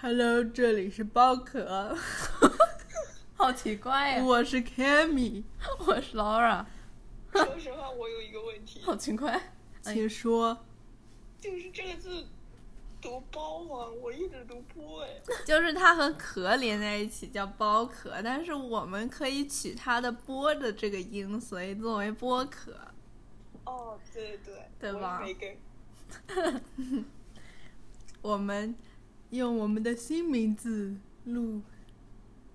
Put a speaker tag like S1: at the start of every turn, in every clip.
S1: Hello，这里是包可，
S2: 好奇怪哎呀！
S1: 我是 Cammy，
S2: 我是 Laura，
S3: 说实话，我有一个问题，
S2: 好勤快。
S1: 请说。
S3: 就是这个字读包吗？我一直读波哎。
S2: 就是它和壳连在一起叫包壳，但是我们可以取它的波的这个音，所以作为波壳。
S3: 哦，对对
S2: 对
S3: 对，我
S2: 吧
S3: 也没跟。
S1: 我们用我们的新名字录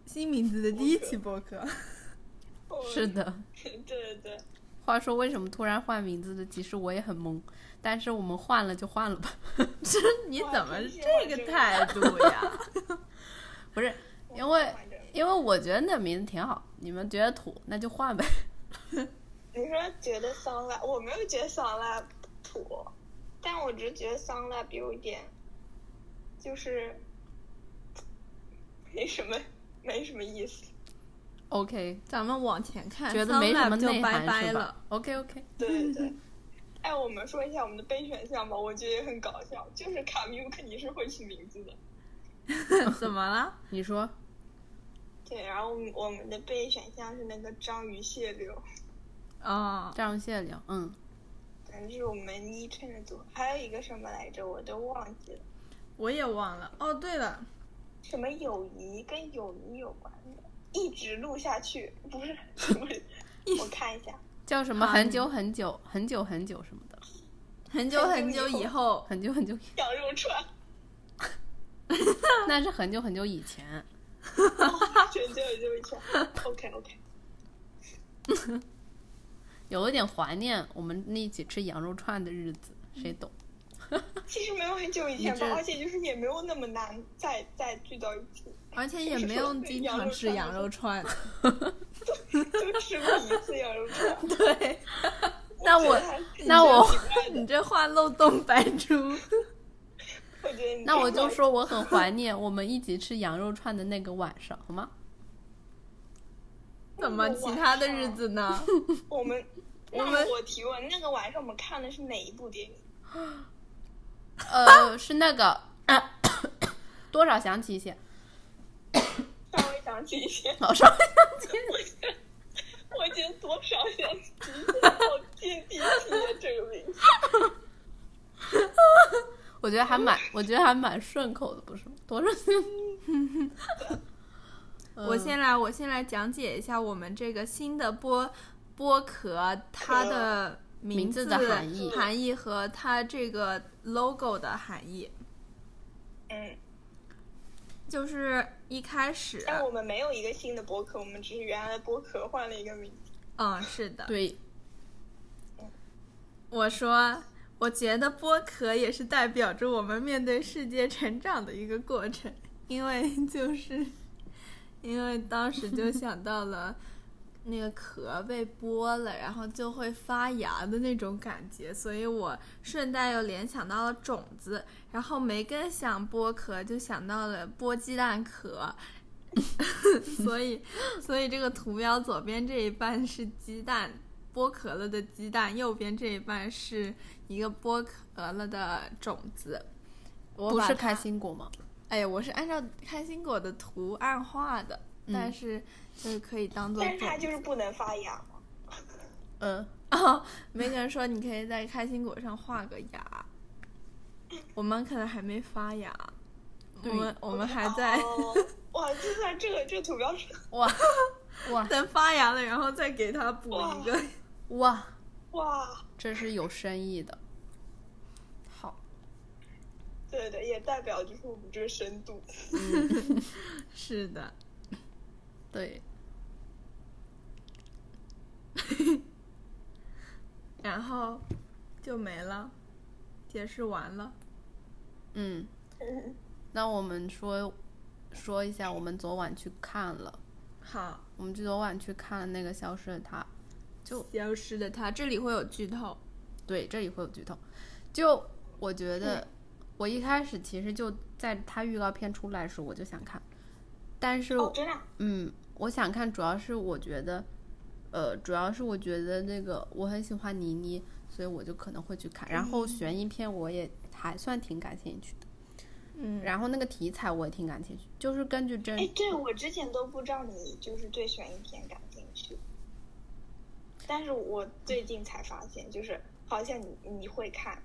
S1: 新名字的第一期播客。
S3: 哦
S2: 是，的。
S3: 对对对，
S2: 话说为什么突然换名字的？其实我也很懵，但是我们换了就换了吧。这 你怎么是这个态度呀？ 不是，
S3: 我
S2: 因为
S3: 换着
S2: 因为我觉得那名字挺好，你们觉得土那就换呗。
S3: 你说觉得桑辣，我没有觉得桑辣土，但我只是觉得桑辣有一点，就是没什么没什么意思。
S2: OK，
S1: 咱们往前看，
S2: 觉得没什么
S1: 桑拿
S2: 内
S1: 就拜
S2: 涵
S1: 拜
S2: 是
S1: 了
S2: 吧。？OK OK，
S3: 对 对。哎，我们说一下我们的备选项吧，我觉得也很搞笑。就是卡米乌肯定是会取名字的，
S1: 怎么了？
S2: 你说
S3: 对。然后我们我们的备选项是那个章鱼蟹柳，
S1: 啊、
S2: 这样谢了，嗯，
S3: 反正就是我们昵称的组合。还有一个什么来着，我都忘记了，
S1: 我也忘了。哦，对了，
S3: 什么友谊跟友谊有关的，一直录下去，不是什么， 我看一下，
S2: 叫什么
S1: 好
S2: 很久很久很久很久什么的，
S1: 很久很久以后，
S2: 很久很久，
S3: 羊肉串，
S2: 那是很久很久以前。
S3: 全就有这么圈。OK OK，
S2: 有一点怀念我们那一起吃羊肉串的日子，谁懂？
S3: 其实没有很久以前
S2: 你
S3: 吧
S2: 这，
S3: 而且就是也没有那么难再再聚到一起，
S1: 而且也没有经常吃羊肉串。
S3: 就吃过一次羊肉 串。
S1: 对，
S2: 那
S3: 觉
S2: 我
S3: 得还挺
S2: 那我
S3: 奇怪的
S1: 你这话漏洞百 出。
S3: 我觉得你
S2: 那我就
S3: 这个
S2: 说我很怀念我们一起吃羊肉串的那个晚上，好吗？
S1: 怎么其他的日子 呢？
S3: 我们，
S1: 我
S3: 那
S1: 们
S3: 我提问，那个晚上我们看的是哪一部电影？
S2: 呃，是那 个多少想起一些，
S3: 稍微想起一些，
S2: 老 少
S3: 我觉得多少想起一些，好接地气啊，这个名字。
S2: 我觉得还蛮，我觉得还蛮顺口的，不是吗？多少 想起嗯
S1: 我先来，我先来讲解一下我们这个新的播播壳它的名
S2: 名字的含义
S1: 含义和它这个 logo 的含义。啊
S3: 嗯，
S1: 就是一开始，
S3: 但
S2: 哦
S3: 我们没有一个新的博客，我们只是原来的博客换了一个名字。
S1: 嗯，是的，
S2: 对，
S1: 我说，我觉得剥壳也是代表着我们面对世界成长的一个过程，因为就是， 因为当时就想到了那个壳被剥了，然后就会发芽的那种感觉，所以我顺带又联想到了种子，然后没跟想剥壳，就想到了剥鸡蛋壳。 所以，所以这个图标左边这一半是鸡蛋，剥壳了的鸡蛋，右边这一半是一个剥壳了的种子。我
S2: 不
S1: 把
S2: 是
S1: 它
S2: 开，心果吗？
S1: 哎呀，我是按照开心果的图案画的，
S2: 嗯
S1: 但是就是可以当做
S3: 但
S1: 种
S3: 是它就是不能发芽嘛。
S2: 嗯，
S1: 哦，梅根说你可以在开心果上画个芽，我们可能还没发芽，我
S2: 对
S1: 们我们还 在、
S3: 哦、哇，就算这个这个图标是
S2: 哇哇
S1: 等发芽了，然后再给它补一个。
S2: 哇，
S3: 哇，
S2: 这是有深意的。好，
S3: 对对，也代表就是我们这个深度。
S1: 是的，
S2: 对，
S1: 然后就没了，解释完了。
S2: 嗯，
S3: 嗯，
S2: 那我们说说一下，我们昨晚去看了，
S1: 好，
S2: 我们昨晚去看了那个《消失的她》，就
S1: 消失的他，这里会有剧透。
S2: 对，这里会有剧透。就我觉
S3: 嗯
S2: 得，我一开始其实就在它预告片出来的时候我就想看，但是
S3: 哦，真的啊，
S2: 嗯，我想看，主要是我觉得，呃，主要是我觉得那个我很喜欢倪妮，
S3: 嗯
S2: 所以我就可能会去看。然后悬疑片我也还算挺感兴趣的，
S1: 嗯，
S2: 然后那个题材我也挺感兴趣，就是根据真
S3: 哎，对我之前都不知道你就是对悬疑片感兴趣，但是我最近才发现，就是好像你你会看，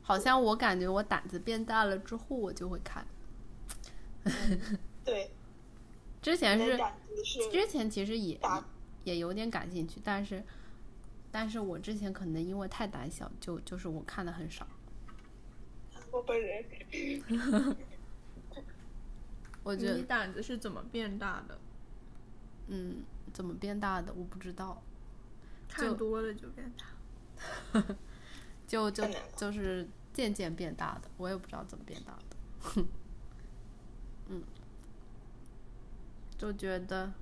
S2: 好像我感觉我胆子变大了之后，我就会看。
S3: 对，
S2: 之前
S3: 你的
S2: 是
S3: 胆子是
S2: 之前其实也
S3: 大
S2: 也有点感兴趣，但是但是我之前可能因为太胆小，就就是我看的很少。
S3: 我本人
S2: 我觉
S1: 你
S2: 得
S1: 胆子是怎么变大的？
S2: 嗯，怎么变大的我不知道，
S1: 看多了就变大。
S2: 就就
S3: 太难了
S2: 就是渐渐变大的，我也不知道怎么变大的。 嗯，就觉得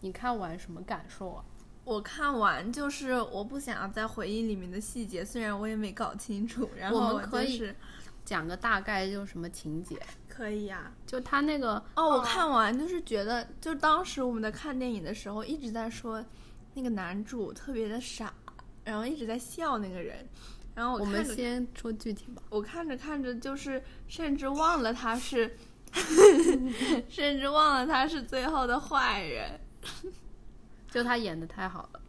S2: 你看完什么感受啊？
S1: 我看完就是我不想要再回忆里面的细节，虽然我也没搞清楚。然后
S2: 我们
S1: 就
S2: 可以
S1: 是
S2: 讲个大概，就是什么情节？
S1: 可以呀、
S2: 就他那个
S1: 哦，我
S3: 哦
S1: 看完就是觉得，就当时我们在看电影的时候一直在说那个男主特别的傻，然后一直在笑那个人，然后
S2: 我
S1: 哦我
S2: 们
S1: 看着
S2: 先说具体吧。
S1: 我看着看着就是甚至忘了他 是，甚至忘了他是最后的坏人。
S2: 就他演的太好了，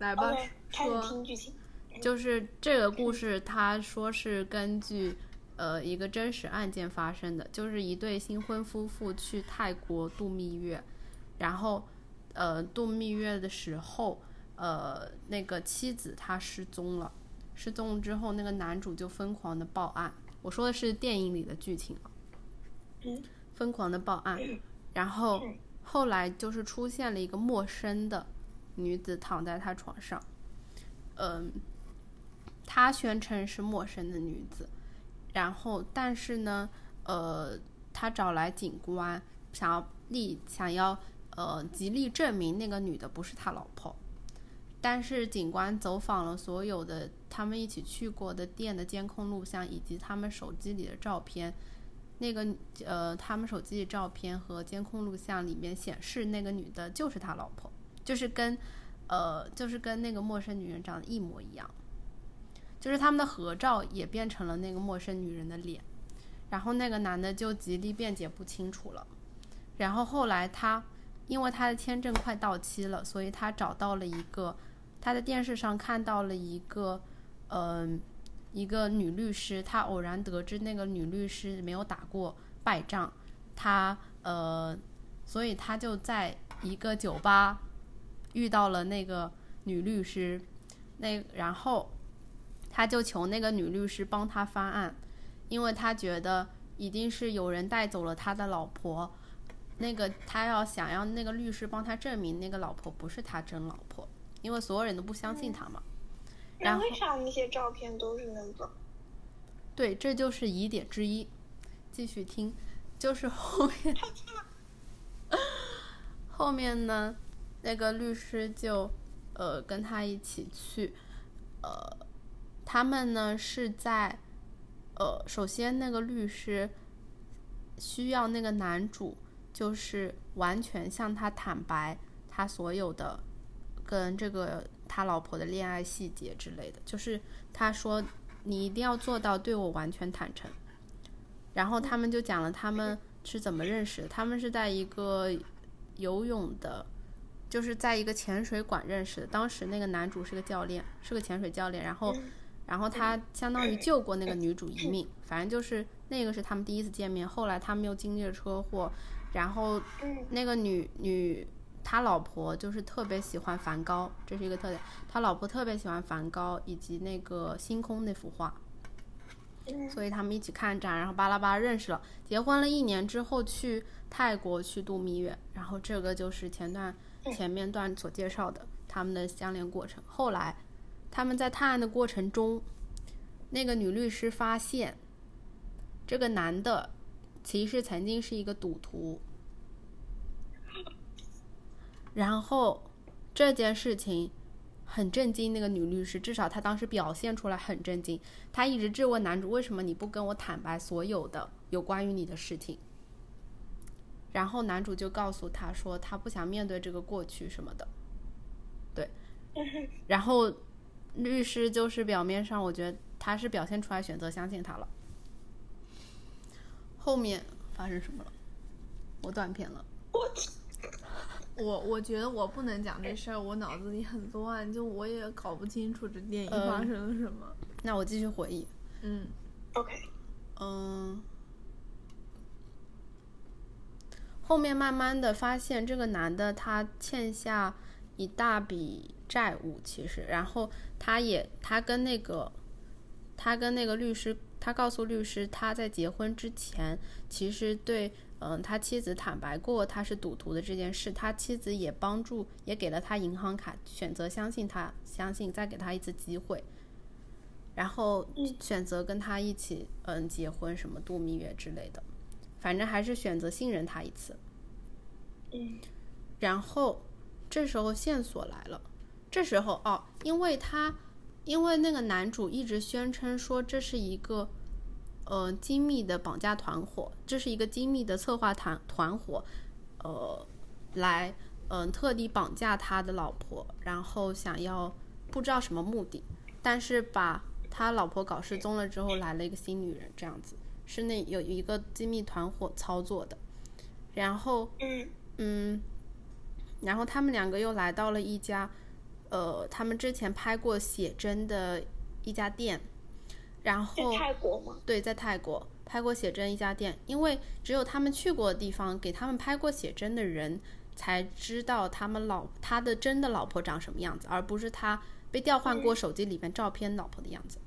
S1: 来吧
S3: OK，开始
S1: 说
S3: 哦听剧情，
S2: 就是这个故事，他说是根据呃一个真实案件发生的，就是一对新婚夫妇去泰国度蜜月，然后呃度蜜月的时候，呃那个妻子她失踪了，失踪之后那个男主就疯狂的报案，我说的是电影里的剧情啊
S3: 嗯
S2: 疯狂的报案，然后
S3: 嗯
S2: 后来就是出现了一个陌生的女子躺在他床上，嗯，他宣称是陌生的女子，然后但是呢，呃，他找来警官，想要立想要呃极力证明那个女的不是他老婆，但是警官走访了所有的他们一起去过的店的监控录像以及他们手机里的照片。那个呃，他们手机里照片和监控录像里面显示，那个女的就是他老婆，就是跟呃，就是跟那个陌生女人长得一模一样，就是他们的合照也变成了那个陌生女人的脸，然后那个男的就极力辩解不清楚了，然后后来他因为他的签证快到期了，所以他找到了一个他在电视上看到了一个嗯、一个女律师，他偶然得知那个女律师没有打过败仗，他呃，所以他就在一个酒吧遇到了那个女律师，那然后他就求那个女律师帮他翻案，因为他觉得一定是有人带走了他的老婆，那个他要想要那个律师帮他证明那个老婆不是他真老婆，因为所有人都不相信他嘛。然
S3: 那
S2: 后
S3: 为啥那些照片都是那个？
S2: 对，这就是疑点之一。继续听，就是后面后面呢，那个律师就呃跟他一起去，呃，他们呢是在呃，首先那个律师需要那个男主就是完全向他坦白他所有的跟这个他老婆的恋爱细节之类的，就是他说你一定要做到对我完全坦诚。然后他们就讲了他们是怎么认识的，他们是在一个游泳的，就是在一个潜水馆认识的。当时那个男主是个教练，是个潜水教练，然后，然后他相当于救过那个女主一命。反正就是那个是他们第一次见面，后来他们又经历了车祸，然后
S3: 嗯，
S2: 那个女女，他老婆就是特别喜欢梵高，这是一个特点。他老婆特别喜欢梵高以及那个星空那幅画，
S3: 嗯
S2: 所以他们一起看展，然后巴拉巴拉认识了。结婚了一年之后去泰国去度蜜月，然后这个就是前段前面段所介绍的他们的相恋过程。后来他们在探案的过程中，那个女律师发现这个男的其实曾经是一个赌徒，然后这件事情很震惊那个女律师，至少她当时表现出来很震惊。她一直质问男主为什么你不跟我坦白所有的有关于你的事情。然后男主就告诉她说他不想面对这个过去什么的，对。然后律师就是表面上我觉得他是表现出来选择相信他了，后面发生什么了？我断片了。
S3: 我
S1: 我我觉得我不能讲这事儿，我脑子里很乱，就我也搞不清楚这电影
S2: 嗯
S1: 发生了什么。
S2: 那我继续回忆。
S1: 嗯
S3: OK，
S2: 嗯，后面慢慢的发现这个男的他欠下一大笔债务，其实，然后他也他跟那个他跟那个律师，他告诉律师他在结婚之前其实对。嗯，他妻子坦白过他是赌徒的这件事，他妻子也帮助，也给了他银行卡，选择相信他，相信再给他一次机会。然后选择跟他一起嗯结婚，什么度蜜月之类的，反正还是选择信任他一次。
S3: 嗯
S2: 然后这时候线索来了，这时候哦，因为他因为那个男主一直宣称说这是一个呃精密的绑架团伙，这是一个精密的策划团团伙，呃，来嗯、特地绑架他的老婆，然后想要不知道什么目的，但是把他老婆搞失踪了之后来了一个新女人，这样子是那有一个精密团伙操作的，然后。
S3: 嗯
S2: 嗯，然后他们两个又来到了一家，呃，他们之前拍过写真的一家店，然
S3: 在
S2: 后
S3: 泰国吗？
S2: 对，在泰国拍过写真一家店，因为只有他们去过的地方，给他们拍过写真的人才知道他们老他的真的老婆长什么样子，而不是他被调换
S3: 嗯
S2: 过手机里面照片老婆的样子。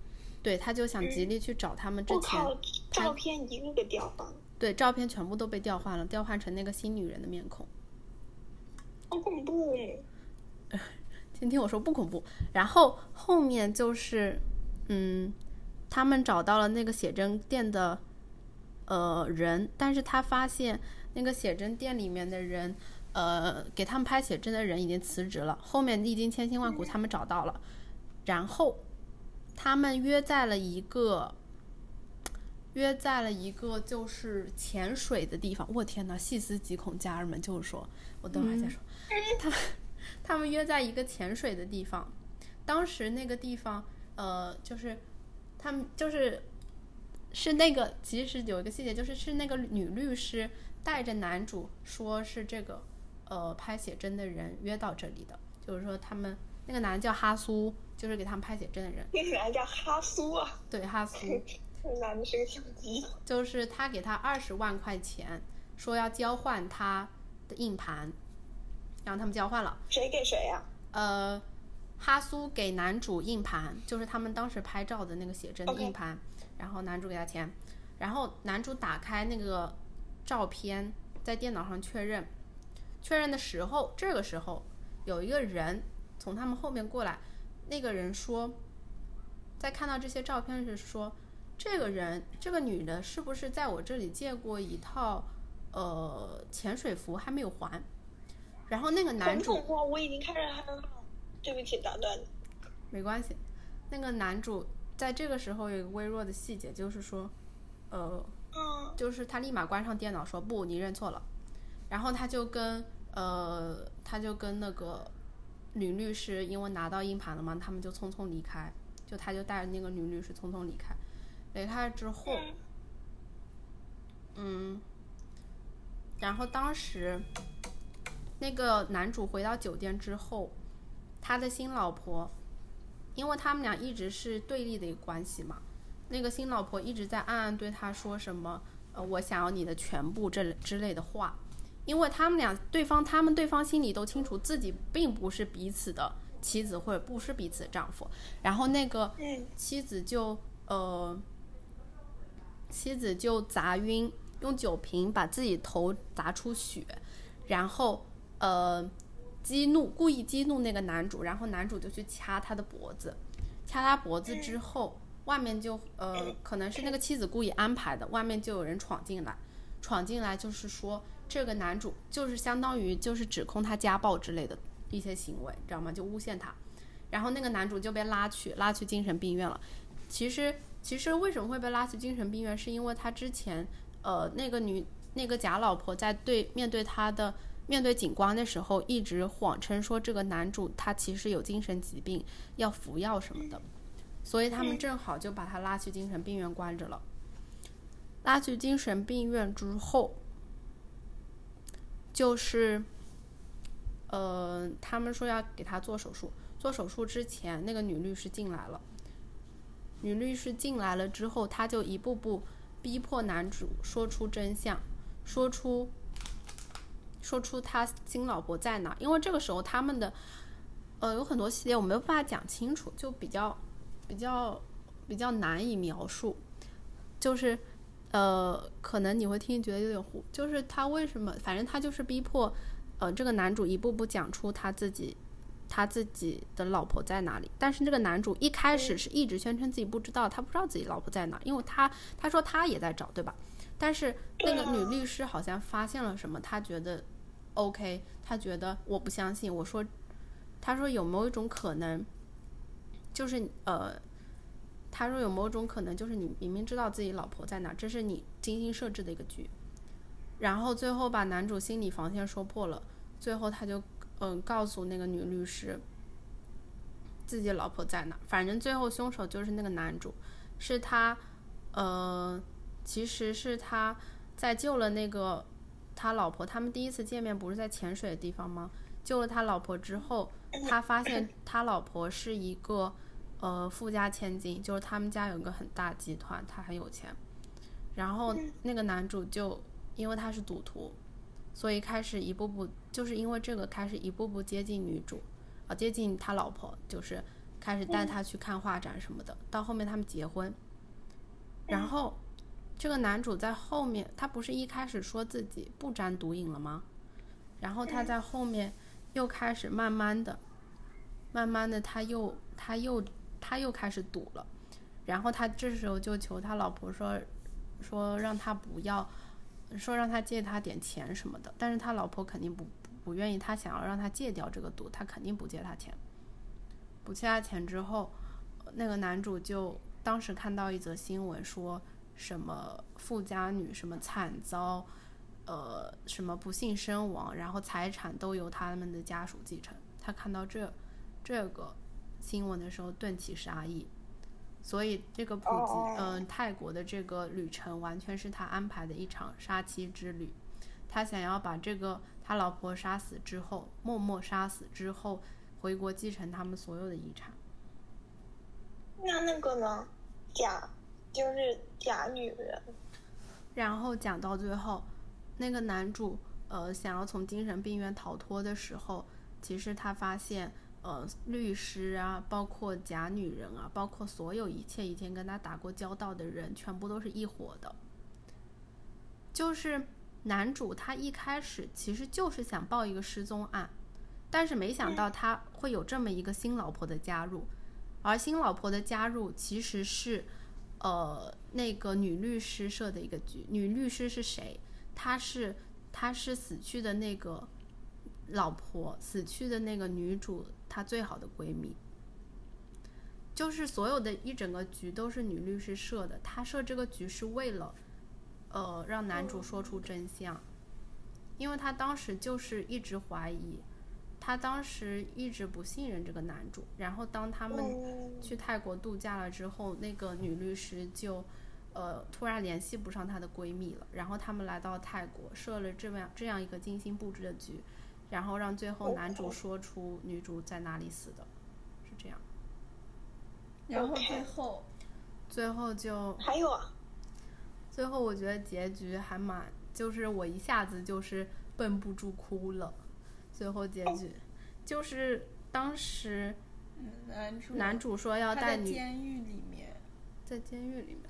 S2: 对，他就想极力去找他们之
S3: 我
S2: 前
S3: 靠，照片一个个掉光，
S2: 对照片全部都被调换了，调换成那个新女人的面孔。
S3: 好恐怖！哦
S2: 先听我说不恐怖，然后后面就是，嗯，他们找到了那个写真店的呃人，但是他发现那个写真店里面的人，呃，给他们拍写真的人已经辞职了，后面历经千辛万苦他们找到了，然后他们约在了一个。约在了一个就是潜水的地方，我天呐，细思极恐，家人们就是说，我等会儿再说。他们约在一个潜水的地方，当时那个地方，呃，就是他们就是是那个，其实有一个细节，就是是那个女律师带着男主说是这个呃拍写真的人约到这里的，就是说他们那个男的叫哈苏，就是给他们拍写真的人，
S3: 那个男叫哈苏啊，
S2: 对哈苏，
S3: 那个男的是个相机。
S2: 就是他给他二十万块钱，说要交换他的硬盘，然后他们交换了。
S3: 谁给谁啊呀、
S2: 呃，哈苏给男主硬盘，就是他们当时拍照的那个写真的
S3: OK
S2: 硬盘然后男主给他钱，然后男主打开那个照片，在电脑上确认，确认的时候，这个时候有一个人从他们后面过来，那个人说，在看到这些照片时说，这个人这个女的是不是在我这里借过一套呃潜水服还没有还？然后那个男
S3: 很
S2: 主
S3: 恐怖啊，我已经开始害怕了。对不起，打断你。
S2: 没关系。那个男主在这个时候有一个微弱的细节，就是说，呃，
S3: 嗯，
S2: 就是他立马关上电脑说不，你认错了。然后他就跟呃，他就跟那个女律师，因为拿到硬盘了嘛，他们就匆匆离开，就他就带着那个女律师匆匆离开。离开之后，嗯，然后当时那个男主回到酒店之后，他的新老婆，因为他们俩一直是对立的一个关系嘛，那个新老婆一直在暗暗对他说什么，呃，我想要你的全部这类之类的话，因为他们俩对方他们对方心里都清楚自己并不是彼此的妻子或者不是彼此的丈夫，然后那个
S3: 嗯
S2: 妻子就呃，妻子就砸晕，用酒瓶把自己头砸出血，然后呃激怒，故意激怒那个男主，然后男主就去掐他的脖子，掐他脖子之后，外面就呃可能是那个妻子故意安排的，外面就有人闯进来，闯进来就是说这个男主就是相当于就是指控他家暴之类的一些行为，知道吗？就诬陷他。然后那个男主就被拉去拉去精神病院了。其实其实为什么会被拉去精神病院，是因为他之前呃那个女那个假老婆在对面对他的面对警官的时候，一直谎称说这个男主他其实有精神疾病，要服药什么的，所以他们正好就把他拉去精神病院关着了。拉去精神病院之后，就是，呃，他们说要给他做手术。做手术之前，那个女律师进来了。女律师进来了之后，她就一步步逼迫男主说出真相，说出说出他新老婆在哪。因为这个时候他们的呃有很多细节我没有办法讲清楚，就比较比较比较难以描述。就是呃，可能你会听觉得有点糊，就是他为什么？反正他就是逼迫呃这个男主一步步讲出他自己。他自己的老婆在哪里？但是这个男主一开始是一直宣称自己不知道，他不知道自己老婆在哪，因为他他说他也在找，对吧？但是那个女律师好像发现了什么，她觉得 OK，她觉得我不相信。我说，她说有没有一种可能，就是呃，她说有没有一种可能，就是你明明知道自己老婆在哪，这是你精心设置的一个局，然后最后把男主心理防线说破了，最后他就嗯、呃告诉那个女律师。自己老婆在哪？反正最后凶手就是那个男主，是他，呃，其实是他在救了那个他老婆，他们第一次见面不是在潜水的地方吗？救了他老婆之后，他发现他老婆是一个呃富家千金，就是他们家有一个很大集团，他很有钱。然后那个男主就因为他是赌徒，所以开始一步步就是因为这个开始一步步接近女主，啊、接近他老婆，就是开始带他去看画展什么的。到后面他们结婚，然后这个男主在后面，他不是一开始说自己不沾毒瘾了吗？然后他在后面又开始慢慢的、慢慢的，他又、他又、他又开始赌了。然后他这时候就求他老婆说，说让他不要，说让他借他点钱什么的。但是他老婆肯定不不愿意，他想要让他戒掉这个赌，他肯定不借他钱。不借他钱之后，那个男主就当时看到一则新闻说什么富家女什么惨遭，呃什么不幸身亡，然后财产都由他们的家属继承。他看到这这个新闻的时候顿起杀意，所以这个普吉
S3: 哦
S2: 嗯、泰国的这个旅程完全是他安排的一场杀妻之旅。他想要把这个他老婆杀死之后，默默杀死之后，回国继承他们所有的遗产。
S3: 那那个呢？假就是假女人，
S2: 然后讲到最后，那个男主呃想要从精神病院逃脱的时候，其实他发现呃律师啊，包括假女人啊，包括所有一切以前跟他打过交道的人，全部都是一伙的。就是男主他一开始其实就是想报一个失踪案，但是没想到他会有这么一个新老婆的加入，而新老婆的加入其实是。呃，那个女律师设的一个局。女律师是谁？她是她是死去的那个老婆，死去的那个女主她最好的闺蜜。就是所有的一整个局都是女律师设的，她设这个局是为了，呃，让男主说出真相，因为她当时就是一直怀疑，她当时一直不信任这个男主，然后当他们
S3: 嗯，
S2: 去泰国度假了之后，那个女律师就呃突然联系不上她的闺蜜了，然后他们来到泰国，设了这么样这样一个精心布置的局，然后让最后男主
S3: OK
S2: 说出女主在哪里死的，是这样。
S1: 然后
S3: OK
S1: 最后
S2: 最后就
S3: 还有啊，
S2: 最后我觉得结局还蛮，就是我一下子就是绷不住哭了。最后结
S1: 哦
S2: 局就是当时
S1: 嗯男主
S2: 男主说要
S1: 他
S2: 带
S1: 在
S2: 女
S1: 监狱里面，
S2: 在监狱里面，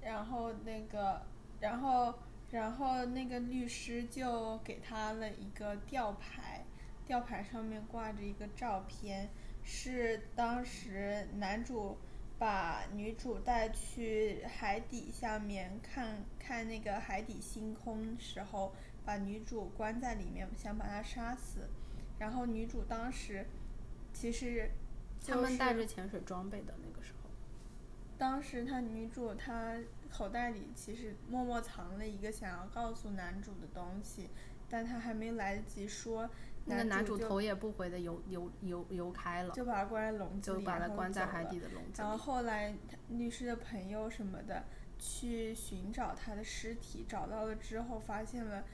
S1: 然后那个，然后然后那个律师就给他了一个吊牌，吊牌上面挂着一个照片，是当时男主把女主带去海底下面看看那个海底星空时候，把女主关在里面，想把她杀死，然后女主当时其实、就是、
S2: 他们带着潜水装备的那个时候。
S1: 当时她女主她口袋里其实默默藏了一个想要告诉男主的东西，但她还没来得及说，
S2: 那个男主
S1: 就
S2: 头也不回的游游游游开了，
S1: 就把她关在笼子
S2: 就
S1: 里，
S2: 把
S1: 然
S2: 他
S1: 后
S2: 关在
S1: 走
S2: 海
S1: 了啊
S2: 底的笼子
S1: 然后
S2: 里。
S1: 后来律师的朋友什么的去寻找她的尸体，找到了之后发现了，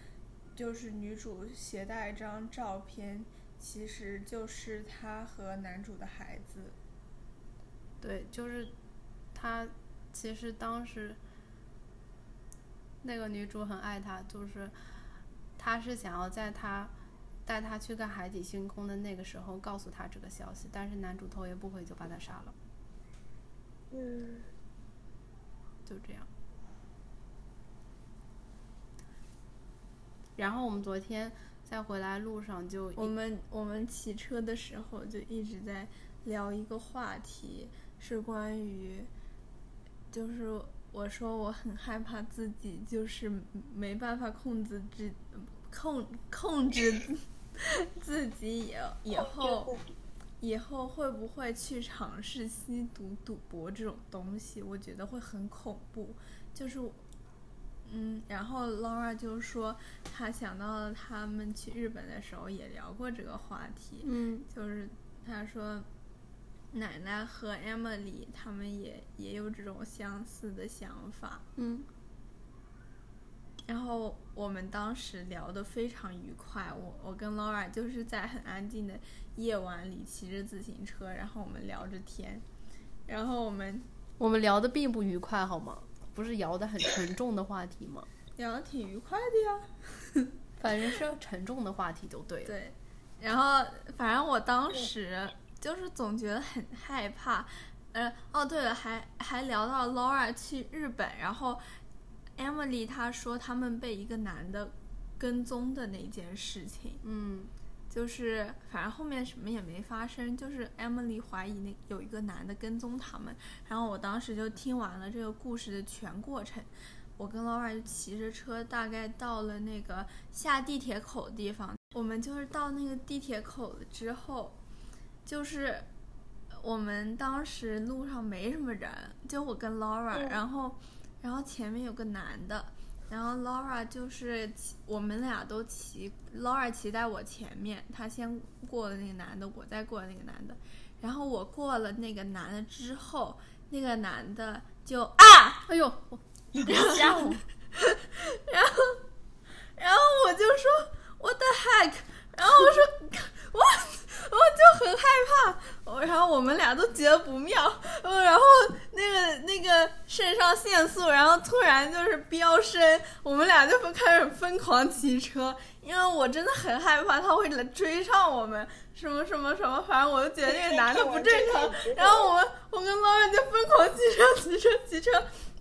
S1: 就是女主携带一张照片，其实就是她和男主的孩子。
S2: 对，就是他其实当时那个女主很爱他，就是她是想要在他带他去看海底星空的那个时候告诉他这个消息，但是男主头也不回就把他杀了，
S3: 嗯，
S2: 就这样。然后我们昨天在回来路上就
S1: 我们我们骑车的时候就一直在聊一个话题，是关于，就是我说我很害怕自己就是没办法控制自控控制自己以以
S3: 哦
S1: 后以后会不会去尝试吸毒赌博这种东西，我觉得会很恐怖，就是嗯，然后 Laura 就说，她想到了他们去日本的时候也聊过这个话题，
S2: 嗯
S1: 就是她说，奶奶和 Emily 他们也也有这种相似的想法。
S2: 嗯
S1: 然后我们当时聊得非常愉快，我我跟 Laura 就是在很安静的夜晚里骑着自行车，然后我们聊着天，然后我们
S2: 我们聊的并不愉快好吗？不是聊的很沉重的话题吗？
S1: 聊得挺愉快的呀。
S2: 反正是沉重的话题就对了。
S1: 对，然后反正我当时就是总觉得很害怕。呃，哦，对了，还还聊到 Laura 去日本，然后 Emily 她说他们被一个男的跟踪的那件事情，
S2: 嗯
S1: 就是反正后面什么也没发生，就是 Emily 怀疑那有一个男的跟踪他们，然后我当时就听完了这个故事的全过程。我跟 Laura 就骑着车，大概到了那个下地铁口的地方。我们就是到那个地铁口了之后，就是我们当时路上没什么人，就我跟 Laura，、
S3: 嗯
S1: 然后然后前面有个男的，然后 Laura 就是骑我们俩都骑，Laura 骑在我前面，他先过了那个男的，我再过了那个男的，然后我过了那个男的之后，那个男的就啊。
S2: 哎呦，我你别吓我！
S1: 然后我就说 What the heck？然后我说我我就很害怕，我然后我们俩都觉得不妙，呃然后那个那个肾上腺素，然后突然就是飙升，我们俩就开始疯狂骑车，因为我真的很害怕他会来追上我们，什么什么什么，反正我就觉得那个男的不正常，然后 我们我跟 Lauren 就疯狂骑车骑车骑车，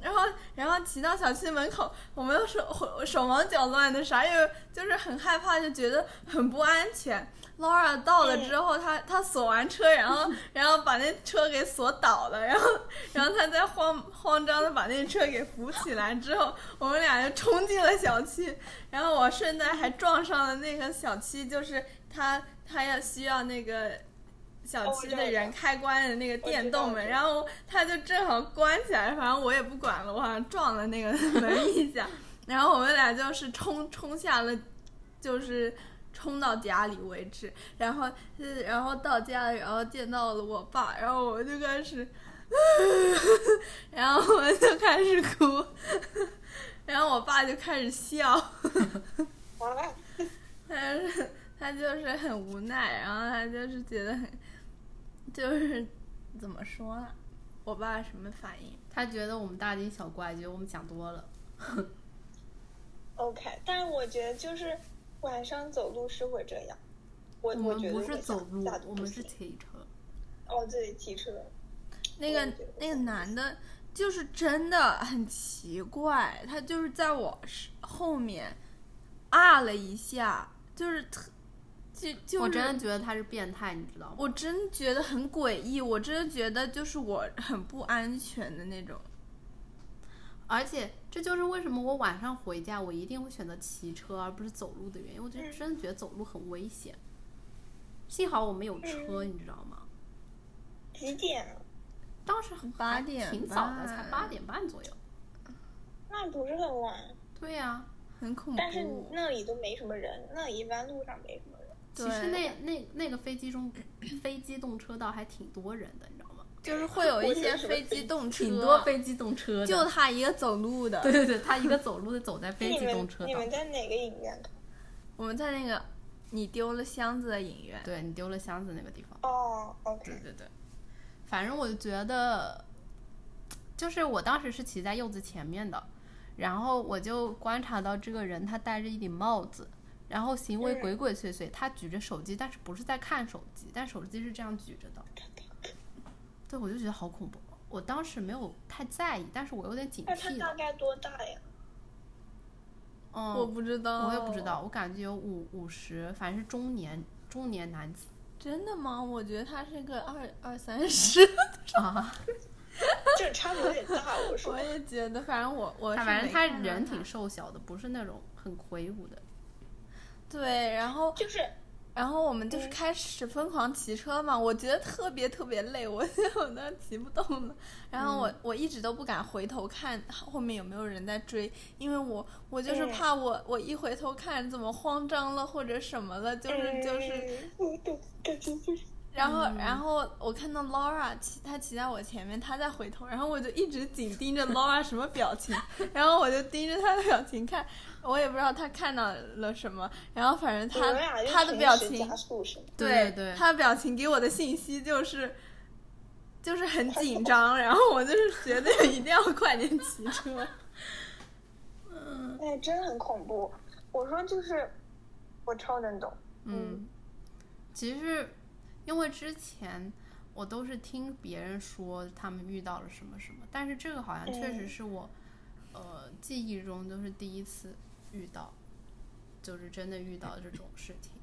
S1: 然后然后骑到小区门口，我们手手忙脚乱的，啥也就是很害怕，就觉得很不安全。Laura 到了之后，他他锁完车，然后然后把那车给锁倒了，然后然后他再慌慌张的把那车给扶起来之后，我们俩就冲进了小区，然后我顺带还撞上了那个小区，就是他他要需要那个小区的人开关的那个电动门，
S3: 我知道
S1: 然
S3: 我知道
S1: 后他就正好关起来，反正我也不管了，我好像撞了那个 门一下，然后我们俩就是冲冲下了，就是冲到家里为止，然后呃然后到家了，然后见到了我爸，然后我们就开始， 然后我们就开始哭， 然后我爸就开始笑。
S3: 啊，
S1: 他是他就是很无奈，然后他就是觉得很，就是怎么说呢？我爸什么反应？
S2: 他觉得我们大惊小怪，觉得我们想多了。
S3: OK，但我觉得就是晚上走路是会这样。我
S2: 我
S3: 觉
S2: 们
S3: 得
S2: 不是
S3: 我
S2: 走
S3: 下
S2: 路
S3: 下次，
S2: 我
S3: 不
S2: 们是
S3: 行
S2: 骑车。
S3: 哦，自己骑车。
S1: 那个
S3: 我觉得
S1: 那个男的，就是真的很奇怪，他就是在我是后面啊了一下，就是特就就是
S2: 我真的觉得他是变态，你知道吗？
S1: 我真觉得很诡异，我真的觉得就是我很不安全的那种。
S2: 而且这就是为什么我晚上回家，我一定会选择骑车而不是走路的原因。我就
S3: 嗯
S2: 真的觉得走路很危险。幸好我们有
S3: 嗯
S2: 车，你知道吗？
S3: 几点啊？
S2: 当时
S1: 八
S2: 还
S1: 点
S2: 挺早的，才
S1: 半
S2: 八点半左右。
S3: 那不是很晚，
S2: 对呀、
S1: 很恐怖，
S3: 但是那里都没什么人，那里一般路上没什么人。
S2: 其实
S1: 对
S2: 那那那个飞机中飞机动车道还挺多人的，你知道吗？
S4: 就是会有一些飞机动车，
S2: 挺多飞机动车的，
S4: 就他一个走路的。
S2: 对对对，他一个走路的走在飞
S3: 你
S2: 机动
S3: 们
S2: 车
S3: 你
S2: 道
S3: 们。在哪个影院看？
S1: 我们在那个你丢了箱子的影院，
S2: 对你丢了箱子那个地方。
S3: 哦
S2: 对
S3: ，OK，
S2: 对对，反正我觉得，就是我当时是骑在柚子前面的，然后我就观察到这个人他戴着一顶帽子，然后行为
S3: 嗯
S2: 鬼鬼祟祟，他举着手机，但是不是在看手机，但手机是这样举着的。对，我就觉得好恐怖。我当时没有太在意，但是我有点警
S3: 那他
S2: 惕
S3: 大
S2: 了。
S3: 概多大呀？
S2: 嗯，
S1: 我不知道，
S2: 我也不知，道，我感觉有五五十，反正是中年中年男子
S1: 真的吗？我觉得他是个二二三十，
S2: 啊，
S3: 这差别有点大，我 说
S1: 我。也觉得，反正我我是
S2: 他反正
S1: 没
S2: 他
S1: 看到
S2: 人挺
S1: 他
S2: 瘦小的，不是那种很魁梧的。
S1: 对，然后
S3: 就是
S1: 然后我们就是开始疯狂骑车嘛，我觉得特别特别累，我 我那骑不动了。然后我、我一直都不敢回头看后面有没有人在追，因为我我就是
S3: 嗯
S1: 怕我、我一回头看怎么慌张了或者什么了，就是就是。
S3: 嗯，对对对对，
S1: 然后然后我看到 Laura 骑她骑在我前面，她在回头，然后我就一直紧盯 着 Laura 什么表情，然后我就盯着她的表情看，我也不知道她看到了什么，然后反正
S3: 你们
S1: 她
S3: 俩就
S1: 她的
S3: 同
S1: 表
S3: 时
S1: 情
S3: 加速是吗？
S2: 对对
S1: 他表情给我的信息就是，就是很紧 张，然后我就是觉得一定要快点骑车。嗯
S3: 哎，真的很恐怖。我说就是，我超能懂。
S2: 嗯，其实因为之前我都是听别人说他们遇到了什么什么，但是这个好像确实
S3: 嗯
S2: 是我、呃记忆中都是第一次遇到，就是真的遇到这种事情，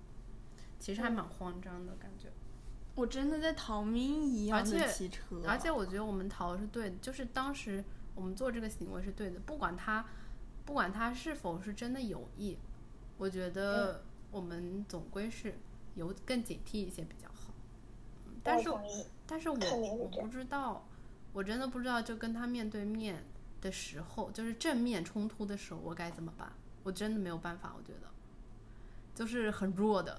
S2: 其实还蛮慌张的感觉。
S1: 我真的在逃命一样
S2: 而
S1: 的
S2: 且
S1: 骑车，
S2: 而且我觉得我们逃是对的，就是当时我们做这个行为是对的，不管他，不管他是否是真的有意，我觉
S3: 嗯
S2: 得我们总归是有更警惕一些比较好。嗯但
S3: 我
S2: 是
S3: 同意。
S2: 但是我
S3: 肯定是
S2: 我
S3: 这样
S2: 不知道，我真的不知道，就跟他面对面的时候，就是正面冲突的时候，我该怎么办？我真的没有办法，我觉得，就是很弱的，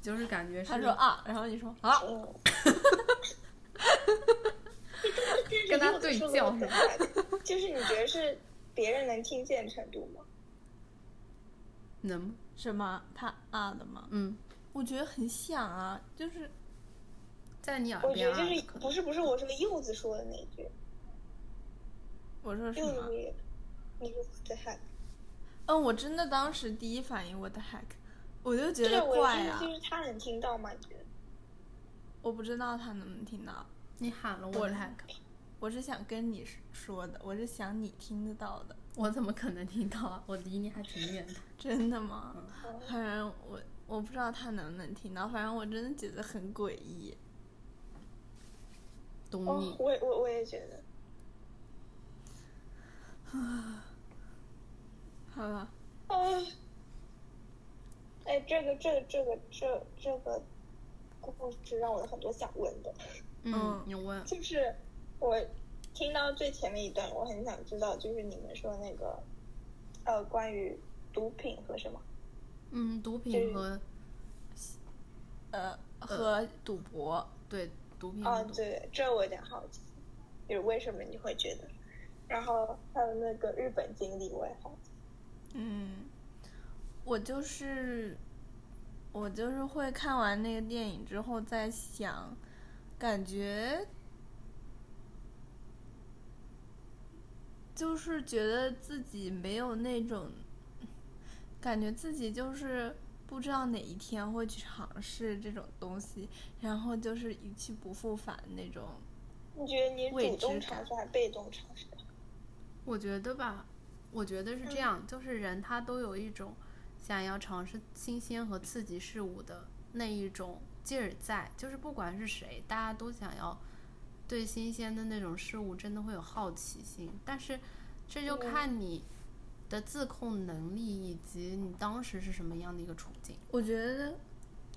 S2: 就是感觉是
S1: 他说啊，然后你说啊，
S3: 嗯，
S2: 跟他对叫是吧
S3: 就是你觉得是别人能听见程度吗？
S2: 能吗
S1: 什么他啊的吗？
S2: 嗯，
S1: 我觉得很像啊，就是
S2: 在你耳
S3: 我觉
S2: 边
S3: 得
S2: 啊，
S3: 就是
S2: 可能
S3: 不是不是，我说柚子说的那一句，
S1: 我说什
S3: 柚子
S1: 么
S3: 不？是，你说在喊，
S1: 嗯，我真的当时第一反应我的 heck，我就觉
S3: 对，
S1: 得
S3: 我
S1: 怪
S3: 的意
S1: 啊
S3: 思，就是他能听到吗？你觉得？
S1: 我不知道他能不能听到，
S2: 你喊了
S1: 我
S2: 我的 hack，
S1: 我是想跟你说的，我是想你听得到的。
S2: 我怎么可能听到啊？我离你还挺远的。
S1: 真的吗？
S3: 嗯
S1: 反正我我不知道他能不能听到，反正我真的觉得很诡异。
S2: 懂
S3: 哦
S1: 嗯
S2: 你，，
S3: 我也我我也觉得，
S1: 好了，
S3: 啊，哎，这个这个这个这这个故事让我有很多想问的，
S2: 嗯
S1: 嗯，
S2: 你问，
S3: 就是我听到最前面一段，我很想知道，就是你们说那个，呃，关于毒品和什么？
S2: 嗯，毒
S3: 对
S2: 品和
S1: 呃，和赌博，
S2: 对毒
S1: 嗯
S2: 品
S3: 啊，
S2: 和毒，
S3: 对，这我有点好奇，就是为什么你会觉得？然后还有那个日本经历，我也好奇。
S1: 嗯，我就是我就是会看完那个电影之后在想，感觉就是觉得自己没有那种感觉，自己就是不知道哪一天会去尝试这种东西，然后就是一去不复返那种。
S3: 你觉得你
S1: 未
S3: 主动
S1: 知
S3: 尝
S1: 感
S3: 试还是被动尝试？
S2: 我觉得吧，我觉得是
S3: 嗯
S2: 这样，就是人他都有一种想要尝试新鲜和刺激事物的那一种劲儿在，就是不管是谁，大家都想要对新鲜的那种事物真的会有好奇心，但是这就
S3: 嗯
S2: 看你的自控能力以及你当时是什么样的一个处境。
S1: 我觉得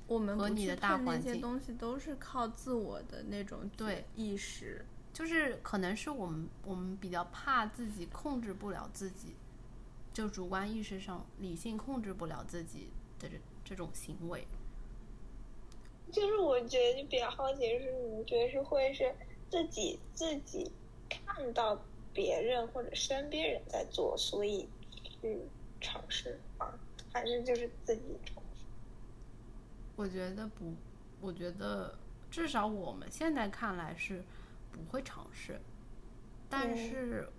S1: 我们
S2: 和
S1: 不
S2: 你
S1: 去
S2: 的大
S1: 碰那
S2: 环
S1: 些
S2: 境
S1: 东西都是靠自我的那种
S2: 对
S1: 意识。
S2: 就是可能是我们我们比较怕自己控制不了自己，就主观意识上理性控制不了自己的这这种行为。
S3: 就是我觉得就比较好奇，就是你们觉得是会是自己自己看到别人或者身边人在做，所以去尝试啊，还是就是自己尝试。
S5: 我觉得不，我觉得至少我们现在看来是不会尝试，但
S3: 嗯
S5: 是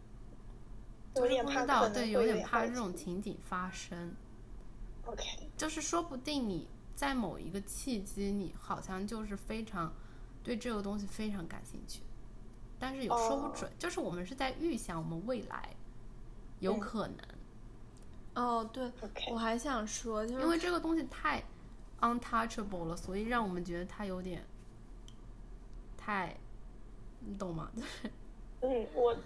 S3: 有
S5: 就是
S3: 点
S5: 不
S3: 怕
S5: 知
S3: 可
S5: 道，
S3: 能
S5: 对，
S3: 会
S5: 有点
S3: 点
S5: 怕
S3: 好
S5: 这种
S3: 奇
S5: 情景发生，
S3: OK，
S5: 就是说不定你在某一个契机，你好像就是非常对这个东西非常感兴趣，但是有说不
S3: 哦
S5: 准，就是我们是在预想我们未来有
S3: 嗯
S5: 可能，
S1: 哦，对
S3: OK
S1: 我还想说，就是
S5: 因为这个东西太 untouchable 了，所以让我们觉得它有点太，你懂吗？
S3: 嗯，我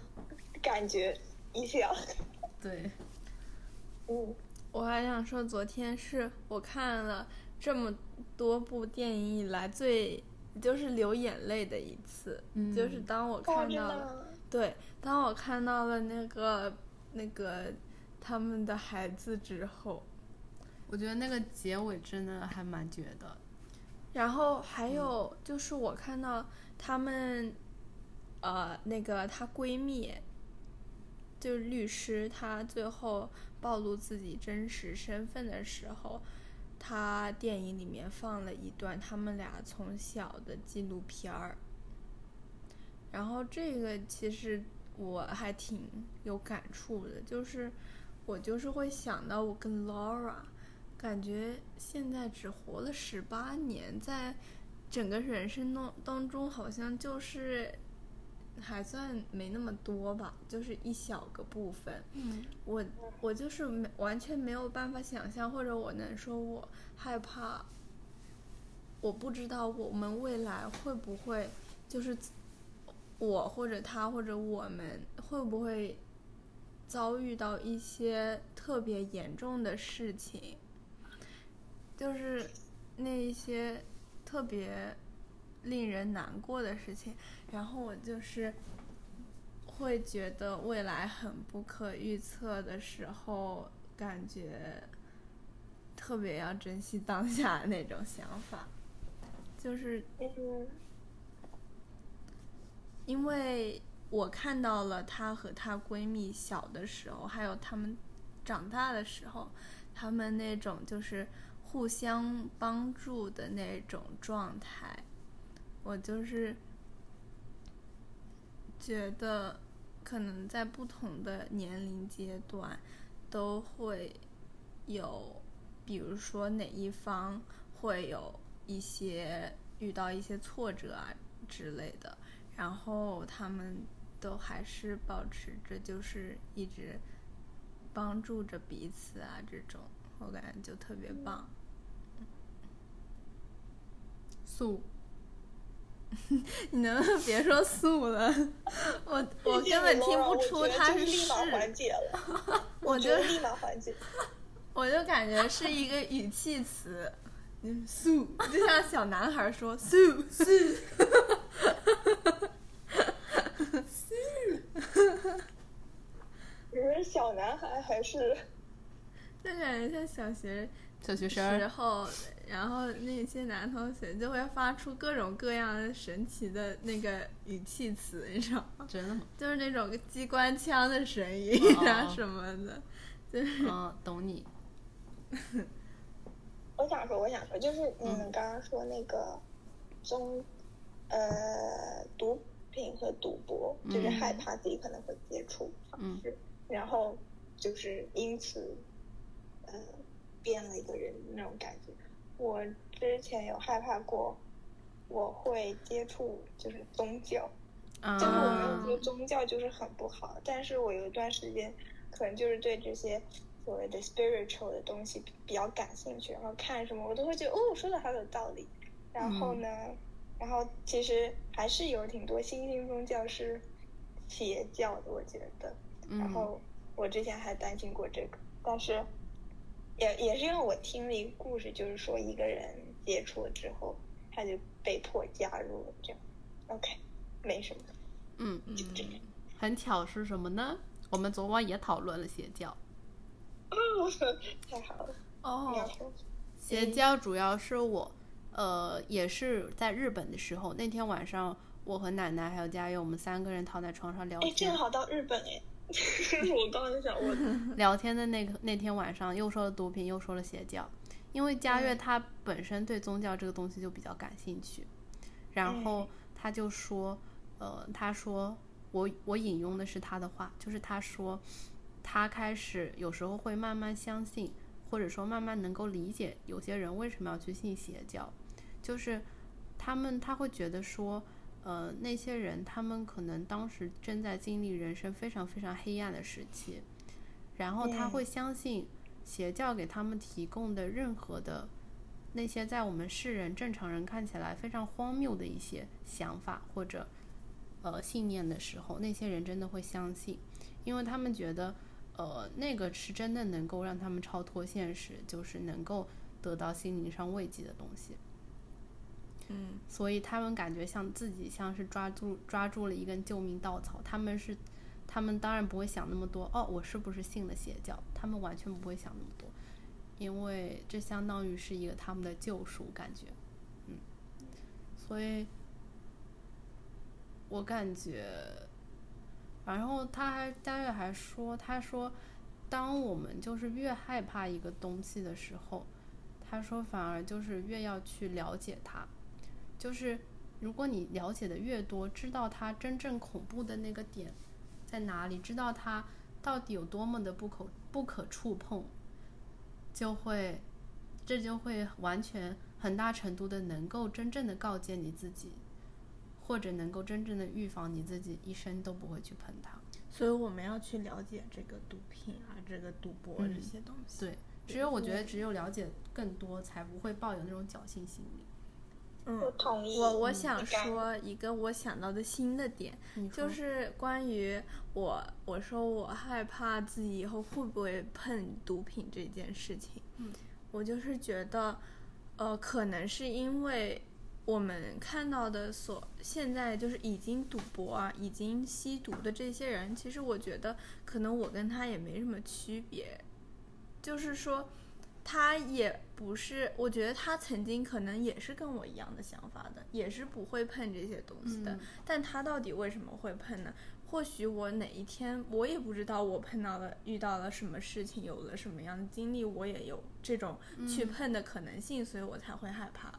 S3: 感觉一下，
S5: 对，
S3: 嗯，
S1: 我还想说，昨天是我看了这么多部电影以来最就是流眼泪的一次，
S5: 嗯
S1: 就是当我
S3: 哦
S1: 看
S3: 真
S1: 到
S3: 的
S1: 了，
S3: 吗
S1: 对，当我看到了那个那个他们的孩子之后，
S5: 我觉得那个结尾真的还蛮绝的，
S1: 然后还有就是我看到他们，呃，那个她闺蜜，就是律师，她最后暴露自己真实身份的时候，她电影里面放了一段他们俩从小的纪录片儿。然后这个其实我还挺有感触的，就是我就是会想到我跟 Laura，感觉现在只活了十八年，在整个人生当当中，好像就是还算没那么多吧，就是一小个部分。
S2: 嗯，
S1: 我我就是没完全没有办法想象，或者我能说我害怕，我不知道我们未来会不会就是我或者他或者我们会不会遭遇到一些特别严重的事情，就是那一些特别令人难过的事情，然后我就是会觉得未来很不可预测的时候，感觉特别要珍惜当下那种想法，就是
S3: 嗯
S1: 因为我看到了她和她闺蜜小的时候，还有她们长大的时候，她们那种就是互相帮助的那种状态，我就是觉得可能在不同的年龄阶段都会有，比如说哪一方会有一些遇到一些挫折啊之类的，然后他们都还是保持着就是一直帮助着彼此啊这种，我感觉就特别棒。
S5: 素
S1: 你能不能别说素了？ 我我
S3: 谢谢
S1: 根本
S3: 你
S1: 听
S3: Laura，
S1: 不
S3: 我
S1: 出
S3: 觉得
S1: 他
S3: 就是立
S1: 是，
S3: 马 缓解了，
S1: 我
S3: 觉
S1: 觉
S3: 得
S1: 得
S3: 立马缓解。
S1: 我就感觉是一个语气词，嗯，素，就像小男孩说素 素。
S3: 你是小男孩还是？
S1: 就感觉像小学啊
S5: 小学生
S1: 时
S5: 儿，
S1: 候，然后那些男同学就会发出各种各样的神奇的那个语气词，你知道吗？
S5: 真的吗？
S1: 就是那种机关枪的声音啊
S5: 哦
S1: 什么的，
S5: 嗯，懂你。
S3: 我想说，我想说，就是你们刚刚说那个中，呃，毒品和赌博，就是害怕自己可能会接触尝试，然后就是因此，呃，变了一个人那种感觉。我之前有害怕过，我会接触就是宗教，
S5: 啊，
S3: 就是我没有说宗教就是很不好，但是我有一段时间可能就是对这些所谓的 spiritual 的东西比较感兴趣，然后看什么我都会觉得哦，说的好有道理。然后
S5: 嗯
S3: 呢，然后其实还是有挺多新兴宗教是邪教的，我觉得。然
S5: 嗯
S3: 后我之前还担心过这个，但是也也是因为我听了一个故事，就是说一个人接触了之后，他就被迫加入了这样。OK，没什么。
S5: 嗯，
S1: 嗯，
S5: 很巧是什么呢？我们昨晚也讨论了邪教，
S3: 太好了，
S1: 哦，
S5: 邪教主要是我，呃，也是在日本的时候，那天晚上
S2: 我和奶奶还有佳悦，我们三个人躺在床上聊
S3: 哎，
S2: 天
S3: 正，好到日本哎，我刚 刚想 问，
S2: 聊天的那个那天晚上，又说了毒品，又说了邪教，因为佳悦她本身对宗教这个东西就比较感兴趣，然后她就说，呃，她说我我引用的是她的话，就是她说，她开始有时候会慢慢相信，或者说慢慢能够理解有些人为什么要去信邪教，就是他们他会觉得说。呃，那些人他们可能当时正在经历人生非常非常黑暗的时期，然后他会相信邪教给他们提供的任何的那些在我们世人正常人看起来非常荒谬的一些想法或者呃信念的时候，那些人真的会相信，因为他们觉得呃那个是真的能够让他们超脱现实，就是能够得到心灵上慰藉的东西。
S1: 嗯，
S2: 所以他们感觉像自己像是抓住抓住了一根救命稻草，他们是，他们当然不会想那么多哦，我是不是信了邪教？他们完全不会想那么多，因为这相当于是一个他们的救赎感觉，嗯，所以，我感觉，然后他还佳悦还说，他说，当我们就是越害怕一个东西的时候，他说反而就是越要去了解它。就是如果你了解的越多，知道它真正恐怖的那个点在哪里，知道它到底有多么的不可不可触碰，就会这就会完全很大程度的能够真正的告诫你自己，或者能够真正的预防你自己一生都不会去碰它。
S1: 所以我们要去了解这个毒品啊，这个赌博这些东西。
S2: 对，只有我觉得只有了解更多，才不会抱有那种侥幸心理。
S1: 嗯
S3: 我同意。
S1: 我我想
S3: 应该
S1: 说一个我想到的新的点，
S2: 你
S1: 就
S2: 说
S1: 是关于我我说我害怕自己以后会不会碰毒品这件事情。
S2: 嗯，
S1: 我就是觉得，呃，可能是因为我们看到的所现在就是已经赌博啊，已经吸毒的这些人，其实我觉得可能我跟他也没什么区别，就是说。他也不是，我觉得他曾经可能也是跟我一样的想法的，也是不会碰这些东西的。
S2: 嗯
S1: 但他到底为什么会碰呢？或许我哪一天我也不知道，我碰到了遇到了什么事情，有了什么样的经历，我也有这种去碰的可能性，所以我才会害怕。